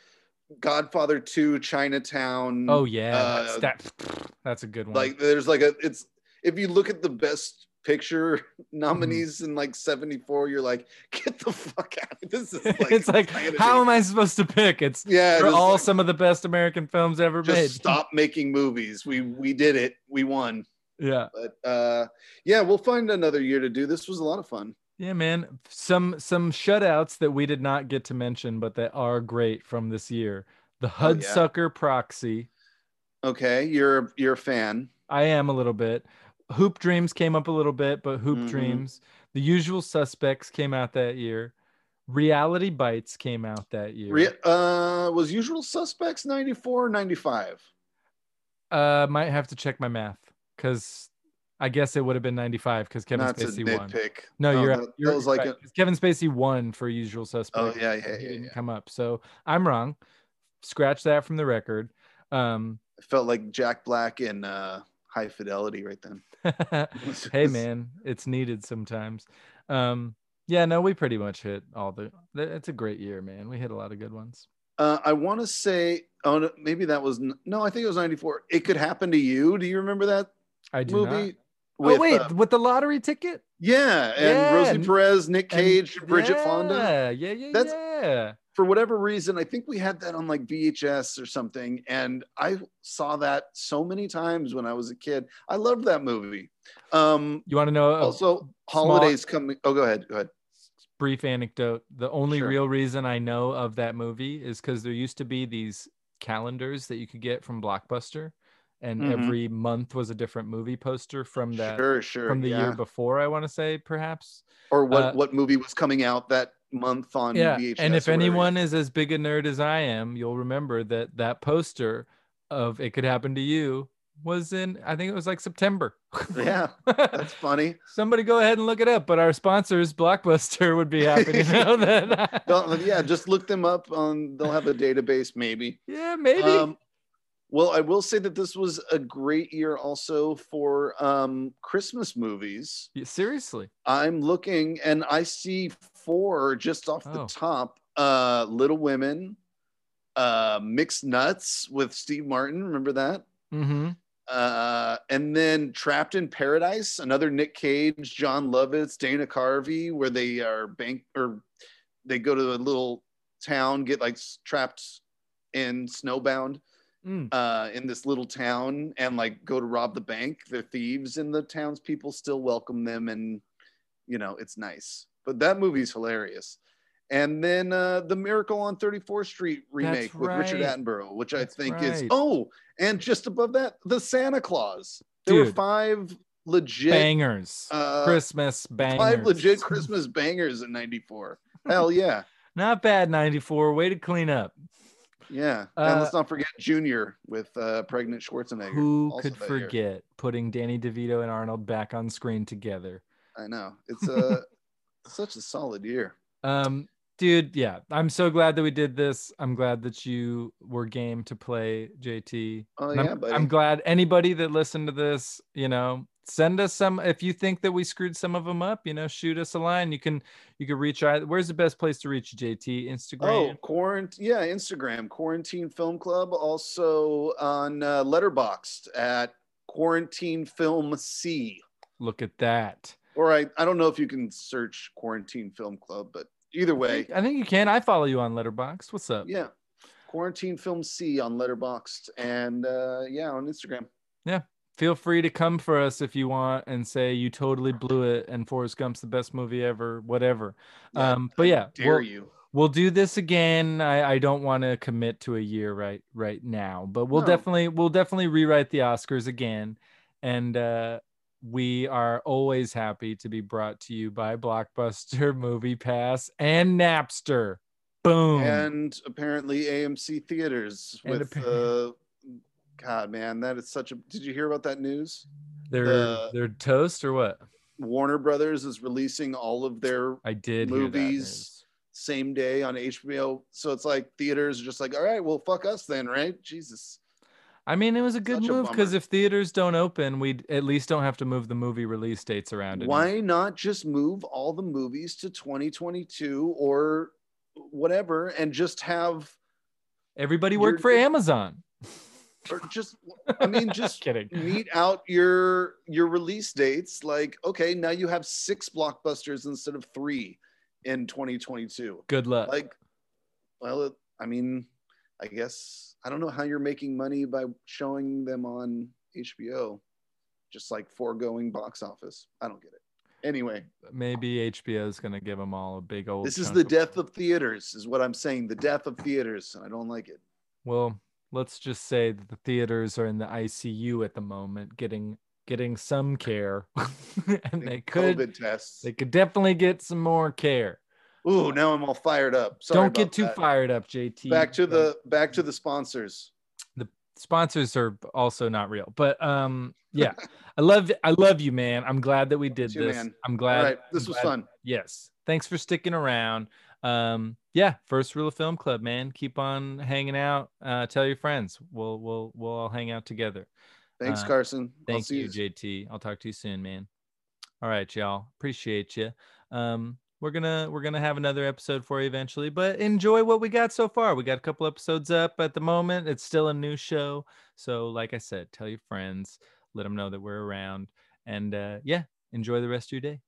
Godfather 2, Chinatown.
Oh yeah,
Uh,
that's, that, [sniffs] that's a good one. [laughs]
like there's like a it's if you look at the best picture [laughs] nominees in like 74 you're like get the fuck out of this is like
it's like
insanity.
how am i supposed to pick it's
yeah
they're
just,
all
like,
some of the best american films ever made
just stop making movies we we did it we won
[laughs] yeah
but uh yeah we'll find another year to do this was a lot of fun
yeah man some some shutouts that we did not get to mention but that are great from this year the
Oh, yeah.
hudsucker proxy
okay you're you're a fan
i am a little bit hoop dreams came up a little bit but hoop
Mhm.
dreams the usual suspects came out that year reality bites came out that year
Re- uh was usual suspects 94 95
uh might have to check my math because i guess it would have been 95 because kevin
not to
spacey won
nitpick
No, you're,
Oh, that,
out. you're
that was like
right,
a,
'cause Kevin Spacey won for Usual
oh
Suspect.
yeah yeah, yeah,
he didn't
yeah.
come up, so I'm wrong. Scratch that from the record. Um, [laughs]
It felt like jack black in uh high fidelity right then [laughs]
hey man, it's needed sometimes. Um, yeah, no, we pretty much hit all the. th- It's a great year, man. We hit a lot of good ones.
Uh, I want to say, oh, no, maybe that was n- no. I think it was '94. It could happen to you. Do you remember that
I do not.
movie?
oh wait,
uh,
with the lottery ticket?
yeah, and
Yeah,
Rosie
and-
Perez, Nick
And-
Cage, Bridget
yeah,
Fonda.
Yeah, yeah,
That's-
yeah.
For whatever reason, I think we had that on like VHS or something, and I saw that so many times when I was a kid. I loved that movie. Um,
You want to know? a-
also,
Oh, small-
holidays coming. Oh, go ahead. Go ahead.
brief anecdote the only
Sure.
real reason i know of that movie is because there used to be these calendars that you could get from blockbuster and
Mhm.
every month was a different movie poster from that
sure, sure.
from the
yeah.
year before i want to say perhaps
or what?
uh,
what movie was coming out that month on
yeah
VHS?
and if
or whatever it is.
anyone is as big a nerd as i am you'll remember that that poster of it could happen to you was in i think it was like september
[laughs]
[laughs]
yeah, that's funny.
somebody go ahead and look it up but our sponsors blockbuster would be happy
[laughs]
to know that
Don't- yeah, just look them up on. They'll have a database, maybe.
[laughs] yeah maybe
Um, well, I will say that this was a great year also for um, Christmas movies.
Yeah, seriously.
I'm looking and I see four just off the
Oh.
top: uh, Little Women, uh, Mixed Nuts with Steve Martin. Remember that?
Mm-hmm.
Uh, and then Trapped in Paradise, another Nick Cage, John Lovitz, Dana Carvey, where they are bank or they go to a little town, get like s- trapped and snowbound
Hmm.
uh, in this little town, and like go to rob the bank. They're thieves, and the townspeople still welcome them, and you know it's nice. But that movie's hilarious. And then uh, the Miracle on 34th Street remake with Richard
right.
Attenborough, which
That's
I think is
right.
oh, and just above that, the Santa Claus. There were
Dude.
five legit
bangers,
uh,
Christmas bangers, [laughs]
five legit Christmas bangers in '94. Hell yeah,
Not bad. Ninety four. Way to clean up.
yeah.
Uh,
and let's not forget Junior with uh, pregnant Schwarzenegger.
Who
also
could
that year.
forget putting Danny DeVito and Arnold back on screen together?
I know it's uh, [laughs] such a solid year.
Um, dude, yeah, I'm so glad that we did this. I'm glad that you were game to play JT.
Oh
And
yeah,
I'm,
buddy.
I'm glad anybody that listened to this, you know, send us some if you think that we screwed some of them up, you know, shoot us a line. You can you can reach either where's the best place to reach you, JT? Instagram.
Oh, quarantine. Yeah, Instagram, Quarantine Film Club. Also on uh, Letterboxd at Quarantine Film C.
Look at that.
Or I, I don't know if you can search Quarantine Film Club, but either way,
I think you can. I follow you on Letterbox. What's up?
yeah. Quarantine Film C on Letterboxd and uh, yeah, on Instagram.
Feel free to come for us if you want and say you totally blew it and Forrest Gump's the best movie ever, whatever.
Yeah,
um, but yeah,
Dare
we'll-
you?
we'll do this again i, I don't want to commit to a year right right now but we'll
No.
definitely we'll definitely rewrite the oscars again and uh we are always happy to be brought to you by blockbuster [laughs] movie pass and napster boom
And apparently AMC theaters
And
with.
appar-
uh, God, man, that is such a. Did you hear about that news?
they're
the-
they're toast or what
Warner Brothers is releasing all of their
i did
Movies. same day on HBO. So it's like theaters are just like, all right, well, fuck us then, right? Jesus.
hear that news. i mean it was a good
Such a
move because
bummer.
if theaters don't open we at least don't have to move the movie release dates around anymore.
Why not just move all the movies to 2022 or whatever and just have,
everybody work
You're-
for amazon
or just, [laughs] I mean, just
[laughs] kidding
meet out your your release dates like okay now you have six blockbusters instead of three in 2022
good luck
like well it, i mean i guess i don't know how you're making money by showing them on hbo just like foregoing box office i don't get it anyway
maybe HBO is going to give them all a big old.
this is
chunk
the death of theaters is what i'm saying the death of theaters and i don't like it
Well, let's just say that the theaters are in the ICU at the moment, getting getting some care, [laughs] and they could
covid tests
they could definitely get some more care.
ooh now i'm all fired up Sorry
Don't get
about
too
that.
fired up, JT.
back to
Like,
the back
uh,
to the sponsors
sponsors are also not real, but
[laughs]
um, yeah, I love I love you, man. I'm glad that we did
you,
this.
man.
I'm
all
glad.
right this
I'm
was
glad-
fun
Yes, thanks for sticking around. Um, yeah, first rule of film club, man. Keep on hanging out. Uh, tell your friends. We'll we'll we'll all hang out together.
thanks
Uh,
carson i'll
Thank
see
you,
you
JT. I'll talk to you soon, man. All right, y'all. Appreciate you. Um, we're gonna we're gonna have another episode for you eventually, but enjoy what we got so far. We got a couple episodes up at the moment. It's still a new show, so like I said, tell your friends, let them know that we're around, and uh, yeah, enjoy the rest of your day.